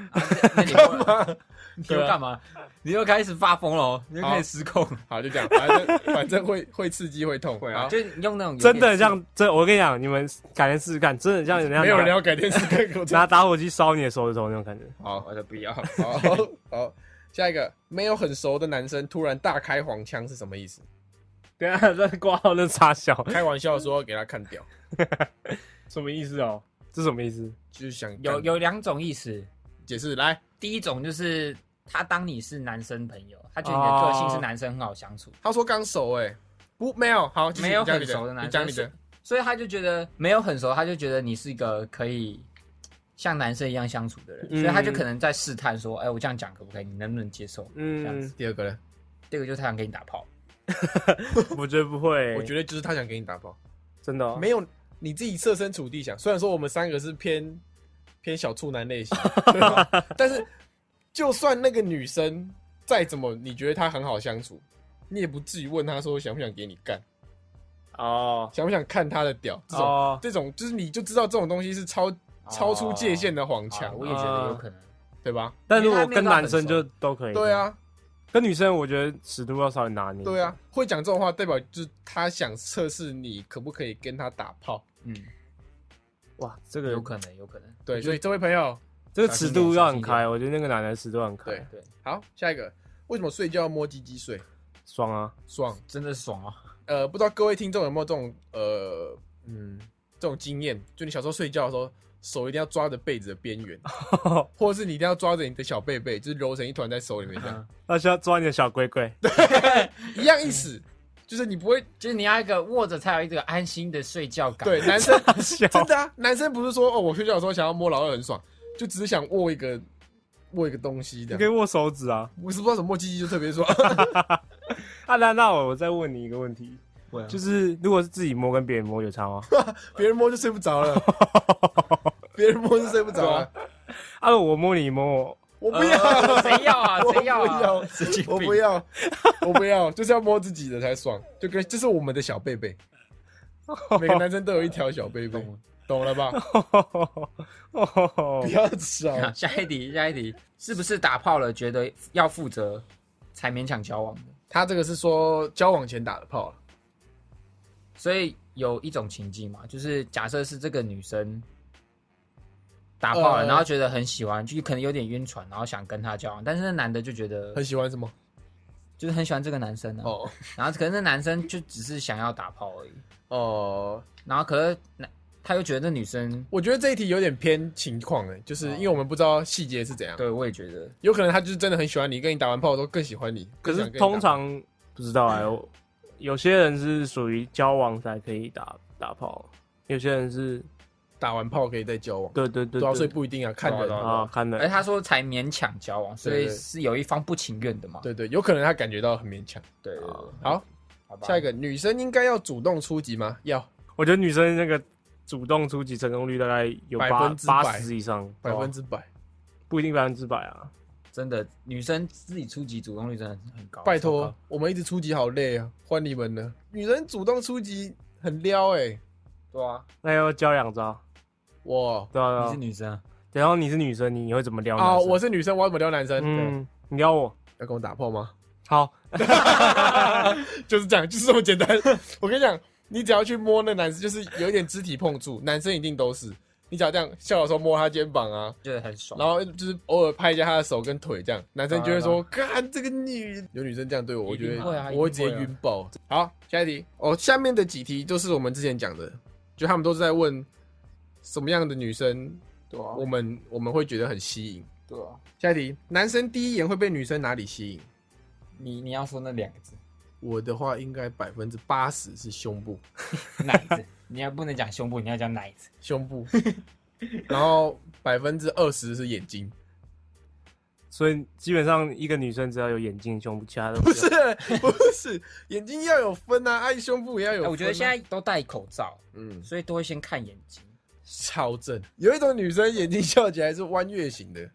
Speaker 2: [laughs]
Speaker 3: 那你干嘛？你
Speaker 1: 对
Speaker 3: 又
Speaker 1: 啊
Speaker 3: 干嘛？你又开始发疯了哦，你又开始失控。
Speaker 1: 好，就这样，反正 [laughs] 反正会会刺激会痛，好
Speaker 3: 啊就是你用那种有点
Speaker 2: 哦真的像真，我跟你讲，你们改天试试看，真的像人家
Speaker 1: 没有人
Speaker 2: 拿
Speaker 1: 要改电视看口罩。
Speaker 2: 拿打火机烧你的手指头那种感觉，
Speaker 1: [laughs] 好，
Speaker 3: 我的不要，
Speaker 1: 好，好，下一个，没有很熟的男生突然大开黄腔是什么意
Speaker 3: [laughs]
Speaker 1: 思？
Speaker 2: 等一下 [laughs] 在挂号那
Speaker 1: [laughs]
Speaker 2: 插小，
Speaker 1: 开玩笑说给他看掉，
Speaker 2: 什么意思哦？这什么意思？
Speaker 1: 就是想
Speaker 2: 嗯
Speaker 3: 有有两种意思。
Speaker 1: 解释来，
Speaker 3: 第一种就是他当你是男生朋友，他觉得你的个性是
Speaker 2: 哦
Speaker 3: 男生很好相处，
Speaker 1: 他说刚熟哎、不没有好，继续
Speaker 3: 没有
Speaker 1: 你讲
Speaker 3: 很
Speaker 1: 你
Speaker 3: 熟的男
Speaker 1: 你讲
Speaker 3: 生
Speaker 1: 你的
Speaker 3: 是，所以他就觉得没有很熟，他就觉得你是一个可以像男生一样相处的人，
Speaker 2: 嗯
Speaker 3: 所以他就可能在试探说，哎、我这样讲可不可以？你能不能接受？这样
Speaker 2: 嗯
Speaker 3: 子，
Speaker 1: 第二个呢？
Speaker 3: 这个就是他想给你打炮，
Speaker 2: 我觉得不会，
Speaker 1: 我觉得就是他想给你打包，
Speaker 2: 真的哦
Speaker 1: 没有你自己设身处地想，虽然说我们三个是偏偏小处男类型，但是就算那个女生再怎么你觉得她很好相处，你也不至于问她说想不想给你干，
Speaker 2: 哦
Speaker 1: 想不想看她的屌这种、
Speaker 2: 哦，
Speaker 1: 这种，就是你就知道这种东西是超超出界限的黄
Speaker 3: 好
Speaker 1: 腔，
Speaker 3: 哦我也觉得有可能。
Speaker 1: 对吧？
Speaker 2: 但如
Speaker 3: 因为
Speaker 2: 果
Speaker 3: 他没有
Speaker 2: 跟
Speaker 3: 到很
Speaker 2: 男生就都可以，
Speaker 1: 对，啊，
Speaker 2: 跟女生我觉得尺度要稍微拿捏，
Speaker 1: 对啊，，会讲这种话代表就是他想测试你可不可以跟他打炮，
Speaker 3: 嗯，
Speaker 2: 哇，这个
Speaker 3: 有可能，有可能。
Speaker 1: 对，所以这位朋友，
Speaker 2: 这个尺度要很开，我觉得那个奶奶尺度要很开
Speaker 1: 对，
Speaker 3: 对，
Speaker 1: 好，下一个，为什么睡觉要摸鸡鸡睡？
Speaker 2: 爽啊！
Speaker 1: 爽。
Speaker 3: 真的爽啊！
Speaker 1: 呃，不知道各位听众有没有这种呃，嗯，这种经验？就你小时候睡觉的时候，手一定要抓着被子的边 [laughs] 缘，或者是你一定要抓着你的小贝贝，就是揉成一团在手里面这样，
Speaker 2: 那需要抓你的小龟
Speaker 1: [laughs]
Speaker 2: 龟，
Speaker 1: 一样意思。就是 [laughs] 你不会
Speaker 3: 就是你要一个握着才有一个安心的睡觉感。
Speaker 1: 对男生
Speaker 2: 小 [laughs]
Speaker 1: 真的啊，男生不是说哦，我睡觉的时候想要摸老二很爽，就只是想握一个握一个东西
Speaker 2: 你
Speaker 1: 的
Speaker 2: 可以。握手指啊！
Speaker 1: 我是不知道什么摸鸡鸡就特别爽，
Speaker 2: 啊，那那我再问你一个问题，
Speaker 3: 会啊，
Speaker 2: 就
Speaker 3: 就
Speaker 2: 是是如果是自己摸跟别人摸有差吗？
Speaker 1: [laughs]
Speaker 2: [laughs]
Speaker 1: 别人摸就睡不着 [laughs] 了，别人摸就睡不着了。
Speaker 2: 啊，我摸你你摸我，
Speaker 1: 我不要，
Speaker 3: [laughs] 谁要啊？
Speaker 1: 我
Speaker 3: 谁要
Speaker 1: 不要
Speaker 3: 啊？神经
Speaker 1: 我
Speaker 3: 病
Speaker 1: 不要，我不要，就是要摸自己的才爽，就跟这是我们的小贝贝，每个男生都有一条小贝贝，懂了吧？不要吵，
Speaker 3: 啊下一题，下一题，是不是打炮了觉得要负责才勉强交往的？
Speaker 1: 他这个是说交往前打的炮啊了，
Speaker 3: 所以有一种情境嘛，就是假设是这个女生打炮了，
Speaker 1: 呃
Speaker 3: 然后觉得很喜欢，就可能有点晕船，然后想跟他交往，但是那男的就觉得
Speaker 1: 很喜欢什么？
Speaker 3: 就是很喜欢这个男生呢、
Speaker 1: 哦
Speaker 3: 然后可是那男生就只是想要打炮而已，
Speaker 1: 哦，
Speaker 3: 然后可是那他又觉得那女生，
Speaker 1: 我觉得这一题有点偏情况哎，就是因为我们不知道细节是怎样，
Speaker 3: 对我也觉得
Speaker 1: 有可能他就是真的很喜欢你，跟你打完炮之后更喜欢你，
Speaker 2: 可
Speaker 1: 更
Speaker 2: 是
Speaker 1: 想跟你打
Speaker 2: 通常不知道哎、我有些人是属于交往才可以打打炮，有些人是
Speaker 1: 打完炮可以再交往，
Speaker 2: 对对对
Speaker 1: 对啊，所以
Speaker 2: 对
Speaker 1: 不一定啊，看人
Speaker 3: 对
Speaker 1: 啊，
Speaker 2: 啊，看
Speaker 3: 而
Speaker 2: 的
Speaker 3: 他说才勉强交往，所
Speaker 1: 对
Speaker 3: 以
Speaker 1: 对
Speaker 3: 是有一方不情愿的嘛。
Speaker 1: 对对，有可能他感觉到很勉强。
Speaker 3: 对对，对
Speaker 1: 好，
Speaker 3: 好吧。
Speaker 1: 下一个女生应该要主动出击吗？要
Speaker 2: 我觉得女生那个主动出击成功率大概有
Speaker 1: 百
Speaker 2: 八
Speaker 1: 分之百
Speaker 2: 八十以上，
Speaker 1: 百分之百。
Speaker 2: 不一定百分之百啊。
Speaker 3: 真的女生自己出击主动率真的很高。
Speaker 1: 拜
Speaker 3: 超
Speaker 1: 托
Speaker 3: 高，，
Speaker 1: 我们一直出击好累啊，换你们了。女人主动出击很撩哎、欸，
Speaker 3: 对啊，
Speaker 2: 那要教两招，
Speaker 1: 我
Speaker 2: 对啊
Speaker 3: 你是
Speaker 2: 对啊。
Speaker 3: 女生啊，
Speaker 2: 然后你是女生，你会怎么撩男
Speaker 1: 啊，
Speaker 2: 生？
Speaker 1: 我是女生，我要怎么撩男生？对，
Speaker 2: 嗯，你撩我
Speaker 1: 要跟我打炮吗？ [laughs]
Speaker 2: 好，
Speaker 1: 就是这样，就是这么简单。 [laughs] 我跟你讲，你只要去摸那男生，就是有一点肢体碰触，男生一定都是。你只要这样笑的时候摸他肩膀啊，
Speaker 3: 觉得很爽。
Speaker 1: 然后就是偶尔拍一下他的手跟腿这样，男生就会说：“看这个女有女生这样对我，我
Speaker 3: 一定
Speaker 1: 觉得
Speaker 3: 会啊
Speaker 1: 我会
Speaker 3: 一
Speaker 1: 直
Speaker 3: 定
Speaker 1: 接
Speaker 3: 会啊
Speaker 1: 晕爆。”好，下一题哦，下面的几题就是我们之前讲的，就他们都是在问什么样的女生
Speaker 5: 对啊
Speaker 1: 我们我们会觉得很吸引。
Speaker 5: 对啊，
Speaker 1: 下一题，男生第一眼会被女生哪里吸引？
Speaker 3: 你你要说那两个 [laughs] 字，
Speaker 1: 我的话应该百分之八十是胸部，
Speaker 5: 奶子，你要不能讲胸部，你要讲奶子。
Speaker 1: 胸
Speaker 3: [laughs]
Speaker 1: 部，然后百分之二十是眼睛，
Speaker 2: 所以基本上一个女生只要有眼睛、胸部，其他都
Speaker 1: 不
Speaker 2: 不
Speaker 1: 是不是眼睛要有分啊，爱胸部也要有
Speaker 3: 哎、
Speaker 1: 分啊、
Speaker 3: 我觉得现在都戴口罩，
Speaker 1: 嗯。
Speaker 3: 所以都会先看眼睛，
Speaker 1: 超正。有一种女生眼睛笑起来是弯月型的，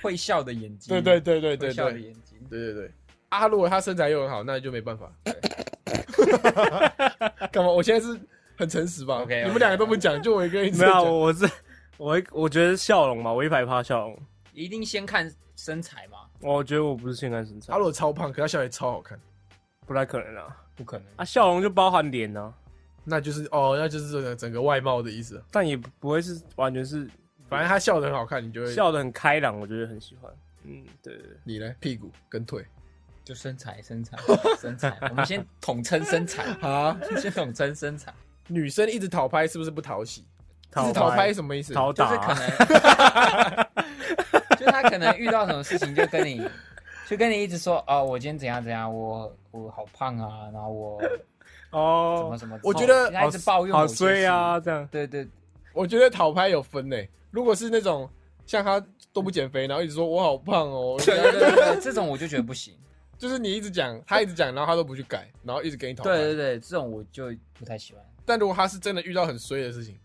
Speaker 3: 会笑的眼睛，
Speaker 1: 对对对对对
Speaker 3: 会笑
Speaker 1: 对
Speaker 3: 的
Speaker 1: 对
Speaker 3: 眼睛。
Speaker 1: 对对。啊，如果她身材又很好，那就没办 [laughs] 法。干嘛？我现在是很诚实吧
Speaker 3: OK，OK，
Speaker 1: 你们两个都不讲，就我一个人
Speaker 2: 没有啊，
Speaker 1: 讲
Speaker 2: 我我是我一我觉得笑容嘛，我一百趴笑容。
Speaker 3: 一定先看身材嘛？
Speaker 2: 我觉得我不是性感身材
Speaker 1: 她，如果超胖，可她笑起来超好看，
Speaker 2: 不太可能啊。
Speaker 3: 不可能，
Speaker 2: 啊，笑容就包含脸呢、啊，
Speaker 1: 那就是哦，那就是整个整个外貌的意思。
Speaker 2: 但也不会是完全是
Speaker 1: 反正她笑得很好看，你就会
Speaker 2: 笑得很开朗，我觉得很喜欢。嗯，对对对。
Speaker 1: 你呢？屁股跟腿
Speaker 3: 就身材，身材，身材。我们先统称身材，
Speaker 1: 啊。
Speaker 3: 先统称身材，
Speaker 1: 女生一直讨拍是不是不讨喜？一直
Speaker 2: 讨
Speaker 1: 讨拍是什么意思？
Speaker 2: 讨
Speaker 3: 就
Speaker 2: 打
Speaker 3: 是可
Speaker 2: 啊，
Speaker 3: 能，就是他可能遇到什么事情就跟你，
Speaker 5: 就跟你一直说哦，我今天怎样怎样，我我好胖啊，然后我什么
Speaker 2: 哦，
Speaker 5: 什么，
Speaker 1: 我觉得
Speaker 5: 他一直抱怨
Speaker 2: 好
Speaker 5: 某些
Speaker 2: 衰啊，这样
Speaker 5: 事，对对，
Speaker 1: 我觉得讨拍有分呢、如果是那种像她都不减肥，然后一直说我好胖哦，
Speaker 5: 对对对对，这种我就觉得不
Speaker 1: [laughs]
Speaker 5: 行，
Speaker 1: 就是你一直讲，她一直讲，然后她都不去改，然后一直给你讨拍。
Speaker 5: 对对对，这种我就不太喜欢。
Speaker 1: 但如果她是真的遇到很衰的事情，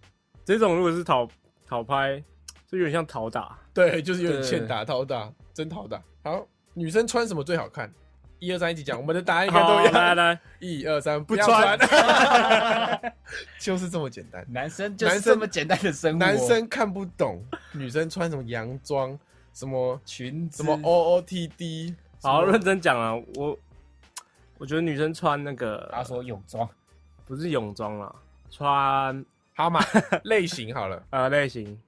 Speaker 2: 这种如果是讨讨拍，就有点像讨打。
Speaker 1: 对，就是有点欠打讨打，真讨打。好，女生穿什么最好看？一二三，一起讲，我们的答案应该都
Speaker 2: 好啊
Speaker 1: 一
Speaker 2: 来
Speaker 1: 样。
Speaker 2: 来，
Speaker 1: 一二三，不
Speaker 2: 不
Speaker 1: 要
Speaker 2: 穿，
Speaker 1: [laughs] 就是这么简单。
Speaker 3: [laughs]
Speaker 5: 男生就是
Speaker 1: 男生
Speaker 5: 这么简单的生活，
Speaker 1: 男生看不懂女生穿什么洋装，什么
Speaker 5: 裙子
Speaker 1: 什么 O O T D，
Speaker 2: 好认真讲啊，我我觉得女生穿那个
Speaker 5: 他说泳装，
Speaker 2: 不是泳装啦，穿
Speaker 1: 蛤蟆类型好了，
Speaker 2: 呃类型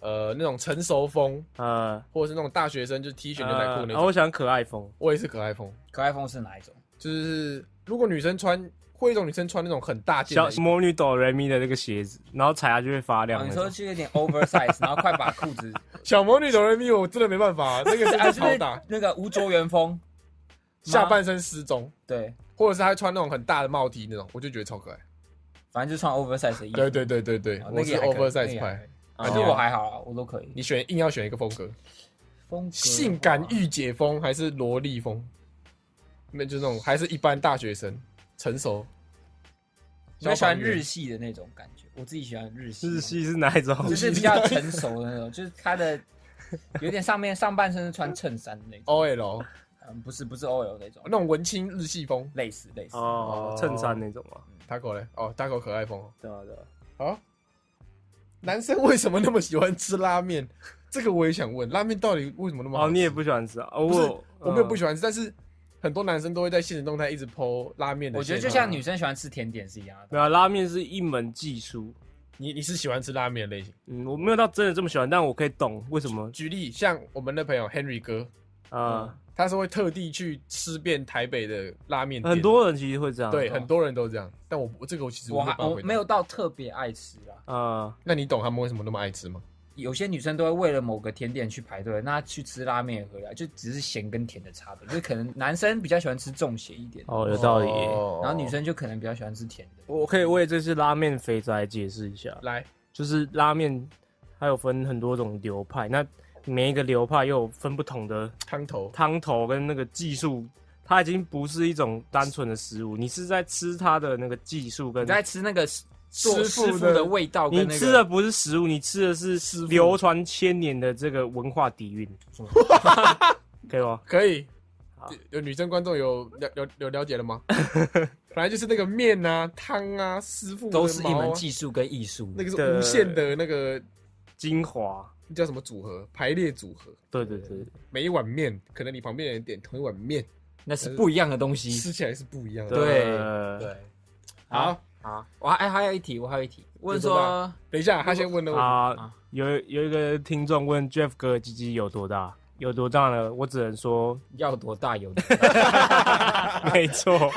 Speaker 1: 呃，那种成熟风，
Speaker 2: 呃
Speaker 1: 或者是那种大学生就是 T 恤牛仔裤那
Speaker 2: 呃啊
Speaker 1: 种，
Speaker 2: 我想可爱风，
Speaker 1: 我也是可爱风。
Speaker 5: 可爱风是哪一种？
Speaker 1: 就是如果女生穿，会有一种女生穿那种很大件
Speaker 2: 小
Speaker 1: 的衣服，
Speaker 2: 魔女哆瑞咪的那个鞋子，然后踩下去会发亮
Speaker 5: 哦你
Speaker 2: 那
Speaker 5: 说
Speaker 2: 种。
Speaker 5: 就有点 oversize，然后快把裤子，
Speaker 1: 小魔女哆瑞咪，我真的没办法、那个真
Speaker 5: 啊，
Speaker 1: 的
Speaker 5: [laughs] 是不
Speaker 1: [laughs] 超
Speaker 5: 是
Speaker 1: 大，
Speaker 5: 那个吴卓源风？
Speaker 1: 下半身失踪，
Speaker 5: 对，
Speaker 1: 或者是她穿那种很大的帽 T 那种，我就觉得超可爱。
Speaker 5: 反正就穿 oversize 的衣服。
Speaker 1: 对对对对对，
Speaker 5: 哦，那
Speaker 1: 我
Speaker 5: 个
Speaker 1: 是
Speaker 5: 也还可以
Speaker 1: oversize
Speaker 5: 那个也还可
Speaker 1: 派
Speaker 5: 以。哦其
Speaker 1: 啊你
Speaker 5: 实
Speaker 1: 呢
Speaker 5: 我还好啊，我都可以。
Speaker 1: 你选硬要选一个风格，
Speaker 5: 风格
Speaker 1: 性感御姐风还是萝莉风？那就那种还是一般大学生成熟。
Speaker 5: 我喜欢
Speaker 1: 消防员
Speaker 5: 日系的那种感觉，我自己喜欢日系。
Speaker 2: 日系是哪一种？
Speaker 5: 就是比较成熟的那种，就是他
Speaker 1: [laughs]
Speaker 5: 的有点上面上半身是穿衬衫的那种，
Speaker 1: OL
Speaker 5: 嗯，不是不是 OL 那种
Speaker 1: 那，种文青日系风
Speaker 5: 类似类似。
Speaker 2: [laughs] 哦，衬衫那种嘛。
Speaker 1: ，Taco 嘞？哦，Taco 可爱风哦。
Speaker 2: 对啊对啊。
Speaker 1: 啊，男生为什么那么喜欢吃拉面？ [laughs] 这个我也想问，拉面到底为什么那么好
Speaker 2: 哦，
Speaker 1: 吃？
Speaker 2: 你也不喜欢吃啊？哦
Speaker 1: 不是
Speaker 2: 我
Speaker 1: 我
Speaker 5: 嗯
Speaker 1: 没有不喜欢吃，但是很多男生都会在现实动态一直 PO 拉面的
Speaker 5: 我觉
Speaker 1: 现
Speaker 5: 得
Speaker 1: 况。
Speaker 5: 就像女生喜欢吃甜点是一样的。
Speaker 2: 没有啊拉面是一门技术。
Speaker 1: 你你是喜欢吃拉面的类型。
Speaker 2: 嗯，我没有到真的这么喜欢，但我可以懂为什么。
Speaker 1: 举例，像我们的朋友 Henry 哥，
Speaker 2: 啊，
Speaker 1: 他是会特地去吃遍台北的拉面店，
Speaker 2: 很多人其实会这样。
Speaker 1: 嗯对很多人都这样。但我我这个我其实
Speaker 5: 啊我
Speaker 1: 没
Speaker 5: 还
Speaker 1: 有办法
Speaker 5: 我
Speaker 1: 回答
Speaker 5: 没有。到特别爱吃啦，
Speaker 2: 啊，
Speaker 1: 那你懂他们为什么那么爱吃吗？
Speaker 5: 有些女生都会为了某个甜点去排队，那去吃拉面也合理啊，就只是咸跟甜的差别，就是可能男生比较喜欢吃重咸一点，
Speaker 2: 哦，有道理。
Speaker 1: 哦
Speaker 5: 然后女生就可能比较喜欢吃甜的。
Speaker 2: 我可以为这次拉面肥宅解释一下，
Speaker 1: 来，
Speaker 2: 就是拉面它有分很多种流派，那每一个流派又有分不同的
Speaker 1: 汤头
Speaker 2: 汤头跟那个技术，它已经不是一种单纯的食物，你是在吃它的那个技术跟
Speaker 5: 你在吃那个
Speaker 3: 做
Speaker 1: 师
Speaker 3: 师
Speaker 1: 傅
Speaker 3: 傅
Speaker 1: 的
Speaker 3: 的味道
Speaker 2: 你
Speaker 3: 跟那
Speaker 2: 吃的
Speaker 3: 个
Speaker 2: 不是食物，你吃的是流传千年的这个文化底蕴，可以吗？
Speaker 1: 可以
Speaker 2: 好。
Speaker 1: 有女生观众有了有有了解
Speaker 5: [laughs]
Speaker 1: 了吗？本来就是那个面啊、汤啊、师傅的
Speaker 5: 都是一
Speaker 1: 毛啊
Speaker 5: 门技术跟艺术。
Speaker 1: 那个是
Speaker 2: 的
Speaker 1: 无限的那个
Speaker 2: 精华，
Speaker 1: 叫什么组合排列组合，
Speaker 2: 对对对，
Speaker 1: 每一碗面可能你旁边的人点同一碗面，
Speaker 3: 那是不一样的东西。
Speaker 1: 吃起来是不一样的。
Speaker 3: 对
Speaker 2: 呃
Speaker 3: 对，
Speaker 1: 好，
Speaker 5: 啊
Speaker 3: 好，我还哎还有一题，我还有一题，问
Speaker 1: 多
Speaker 3: 说
Speaker 1: 大等一下他先问了我，
Speaker 2: 啊，有有一个听众问 Jeff 哥的鸡鸡有多大？有多大呢？我只能说，
Speaker 3: 要多大有多大
Speaker 2: 没错，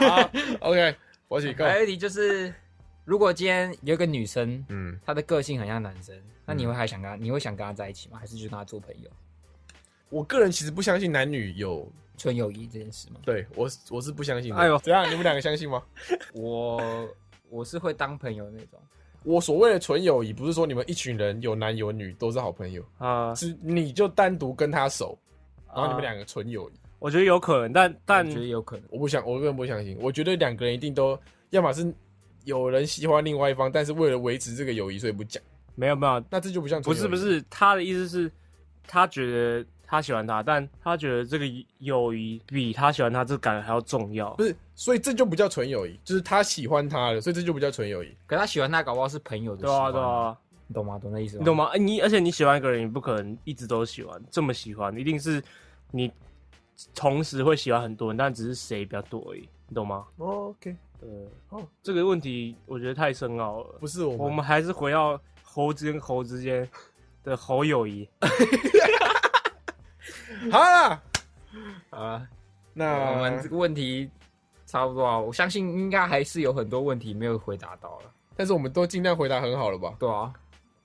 Speaker 1: OK，我起 go。
Speaker 5: 哎
Speaker 3: 还有一题就是，如果今天有一个女生，
Speaker 1: 嗯，
Speaker 3: 她的个性很像男生，那你会还想跟她，你会想跟她在一起吗？还是就跟她做朋友，
Speaker 1: 我个人其实不相信男女有，
Speaker 3: 纯友谊这件事吗？
Speaker 1: 对我是我是不相信的。
Speaker 2: 哎呦
Speaker 1: 怎样？你们两个相信吗？
Speaker 3: 我我是会当朋友那种，
Speaker 1: 我所谓的纯友谊，不是说你们一群人有男有女都是好朋友，
Speaker 2: 啊，
Speaker 1: 是你就单独跟他熟，
Speaker 3: 啊
Speaker 1: 然后你们两个纯友谊。
Speaker 2: 我觉得有可能，但但
Speaker 3: 我觉得有可能。
Speaker 1: 我不想，我根本不相信。我觉得两个人一定都，要么是有人喜欢另外一方，但是为了维持这个友谊，所以不讲，
Speaker 2: 没有没有，
Speaker 1: 那这就不像
Speaker 2: 不
Speaker 1: 纯友
Speaker 2: 是
Speaker 1: 谊
Speaker 2: 不，是，他的意思是，他觉得他喜欢他，但他觉得这个友谊比他喜欢他这感还要重要
Speaker 1: 不。是，所以这就不叫纯友谊，就是他喜欢他了，所以这就不叫纯友谊。
Speaker 3: 可她喜欢他，搞不好是朋友的，
Speaker 2: 对啊对，啊，
Speaker 3: 你懂吗？懂那意思吗？
Speaker 2: 你懂？吗？哎你而且你喜欢一个人，你不可能一直都喜欢，这么喜欢，一定是你同时会喜欢很多人，但只是谁比较多而已，你懂吗？
Speaker 1: OK，
Speaker 2: 对，
Speaker 1: 哦
Speaker 2: 这个问题我觉得太深奥了。
Speaker 1: 不欸是我们，
Speaker 2: 我们还是回到猴子跟猴之间的猴友谊。
Speaker 1: 好啦，
Speaker 3: 啊，
Speaker 1: 那
Speaker 2: 呃
Speaker 3: 我们这个问题差不多啊，我相信应该还是有很多问题没有回答到了。
Speaker 1: 但是我们都尽量回答很好了吧？
Speaker 3: 对啊，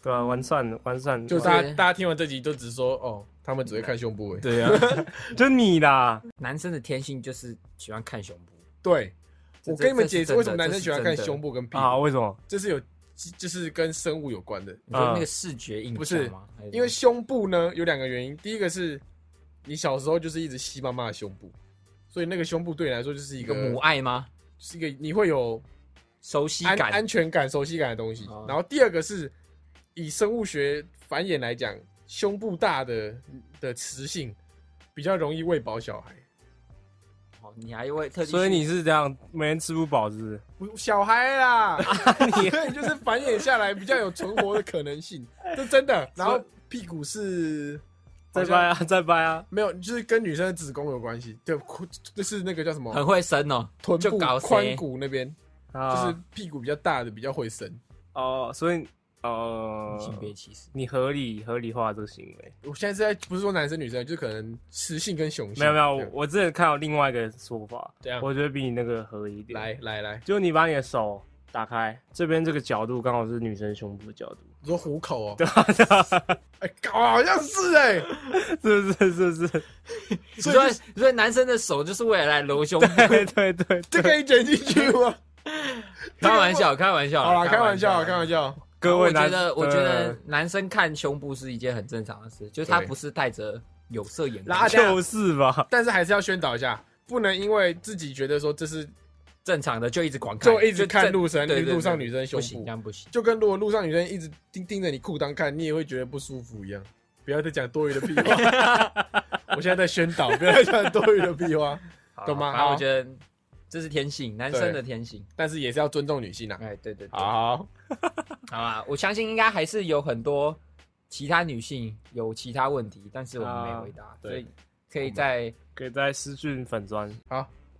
Speaker 2: 对啊，完善完善，
Speaker 1: 就
Speaker 2: 就
Speaker 1: 大家
Speaker 3: 对
Speaker 1: 大家听完这集就只说哦，他们只会看胸部而已。
Speaker 3: 对啊，
Speaker 2: [laughs] 就你啦，
Speaker 3: 男生的天性就是喜欢看胸部，
Speaker 1: 对，
Speaker 3: 这
Speaker 1: 我跟你们
Speaker 3: 这
Speaker 1: 解
Speaker 3: 是
Speaker 1: 释
Speaker 3: 真的
Speaker 1: 为什么男生喜欢
Speaker 3: 这
Speaker 1: 看
Speaker 3: 是真的
Speaker 1: 胸部跟屁
Speaker 2: 啊，
Speaker 1: 股，
Speaker 2: 为什么？
Speaker 1: 这是有就是跟生物有关的。
Speaker 3: 你说那
Speaker 2: 啊
Speaker 3: 个视觉印
Speaker 1: 不
Speaker 3: 象
Speaker 1: 是
Speaker 3: 吗？还
Speaker 1: 因为
Speaker 3: 什
Speaker 1: 胸部呢有两个原因，第一个是你小时候就是一直吸妈妈的胸部，所以那个胸部对你来说就是一个
Speaker 3: 么一个母，爱吗？
Speaker 1: 是一个你会有
Speaker 3: 熟悉
Speaker 1: 安
Speaker 3: 感
Speaker 1: 安全感、熟悉感的东西
Speaker 3: 哦。
Speaker 1: 然后第二个是以生物学繁衍来讲，胸部大的的雌性比较容易喂饱小孩。
Speaker 3: 哦，你还会特地去，
Speaker 2: 所以你是这样，每天吃不饱是不是？
Speaker 1: 不，小孩啦，
Speaker 3: 啊
Speaker 1: [laughs] 你可以就是繁衍下来比较有存活的可能性，这真的。然后屁股是好
Speaker 2: 再
Speaker 1: 像
Speaker 2: 掰啊，再掰啊！
Speaker 1: 没有，就是跟女生的子宫有关系，对，髋就是那个叫什么
Speaker 3: 很会生哦，
Speaker 1: 臀
Speaker 3: 就
Speaker 1: 部
Speaker 3: 搞
Speaker 1: 髋
Speaker 3: 谁？
Speaker 1: 骨那边，就
Speaker 2: 啊，
Speaker 1: 是屁股比较大的比较会生。
Speaker 2: 哦，所以
Speaker 1: 呃
Speaker 2: 哦，
Speaker 3: 性别歧视。
Speaker 2: 你合理合理化这个行为，
Speaker 1: 我现在是在不是说男生女生，就是可能雌性跟雄性。
Speaker 2: 没有没有，
Speaker 1: 这
Speaker 2: 我
Speaker 1: 样
Speaker 2: 我之前看到另外一个说法
Speaker 1: 怎样，
Speaker 2: 我觉得比你那个合理一点。
Speaker 1: 来，来
Speaker 3: [laughs]
Speaker 1: 来，
Speaker 2: 就你把你的手打开，这边这个角度刚好是女生胸部的角度，
Speaker 1: 你说虎口哦，
Speaker 3: 啊
Speaker 1: [laughs] 哎，搞好像是哎，
Speaker 2: [laughs] 是不是？是不是？
Speaker 1: 所
Speaker 3: 所
Speaker 1: 以就
Speaker 3: 以
Speaker 1: 是
Speaker 3: 所以男生的手就是为了来揉胸部，
Speaker 2: 对对对，
Speaker 1: 这可以卷进去吗？
Speaker 3: [laughs] 开玩笑，啊开玩笑，
Speaker 1: 好啦，开玩
Speaker 3: 玩
Speaker 1: 笑，开玩笑。
Speaker 2: 各位
Speaker 3: 我觉
Speaker 2: 男，
Speaker 3: 得，我觉得
Speaker 2: 呃
Speaker 3: 男生看胸部是一件很正常的事，就是他不是带着有色眼
Speaker 1: 拉大
Speaker 3: 光，
Speaker 1: 家
Speaker 2: 就是吧，
Speaker 1: 但是还是要宣导一下，不能因为自己觉得说这是
Speaker 3: 正常的就一直狂看，
Speaker 1: 就一直看
Speaker 3: 正
Speaker 1: 路上
Speaker 3: 对对对
Speaker 1: 路上女生
Speaker 3: 不
Speaker 1: 胸
Speaker 3: 行，这
Speaker 1: 部，
Speaker 3: 样不行。
Speaker 1: 就跟如果路上女生一直盯盯着你裤裆看，你也会觉得不舒服一样。不要再讲多余的屁话，
Speaker 3: [laughs]
Speaker 1: 我现在在宣导，不要再讲多余的屁话，
Speaker 3: 好
Speaker 1: 懂吗
Speaker 3: 反正
Speaker 1: 好
Speaker 3: 我觉得这是天性，男生的天性。
Speaker 1: 但是也是要尊重女性啊。
Speaker 3: 哎，对对对，
Speaker 1: 好，
Speaker 3: 好啊，我相信应该还是有很多其他女性有其他问题，但是我们没回答，
Speaker 1: 啊对
Speaker 3: 所以可以在
Speaker 2: 可以在私讯粉砖。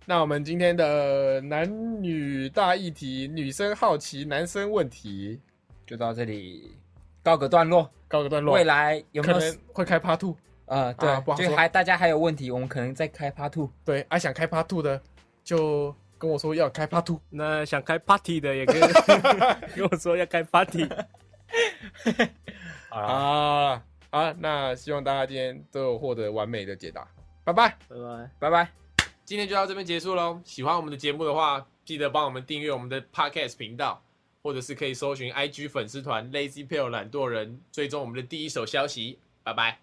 Speaker 1: 那我们今天的男女大议题，女生好奇，男生问题，
Speaker 5: 就到这里告个段落。
Speaker 1: 告个段落。
Speaker 5: 未来有没有
Speaker 1: 可能会开 Part Two，
Speaker 5: 呃，
Speaker 1: 啊
Speaker 5: 对，
Speaker 1: 不好
Speaker 5: 就
Speaker 1: 说
Speaker 5: 还大家还有问题，我们可能再开 Part Two。
Speaker 1: 对，啊，想开 Part Two 的就跟我说要开 Part Two。
Speaker 2: 那想开 party 的
Speaker 3: [laughs]
Speaker 2: 也可以跟我说要开 party。
Speaker 1: 啊啊！那希望大家今天都有获得完美的解答，拜拜。
Speaker 2: 拜拜。
Speaker 5: 拜拜。
Speaker 1: 今天就到这边结束喽。喜欢我们的节目的话，记得帮我们订阅我们的 Podcast 频道，或者是可以搜寻 IG 粉丝团 Lazy p a l e 懒惰人，追踪我们的第一手消息。拜拜。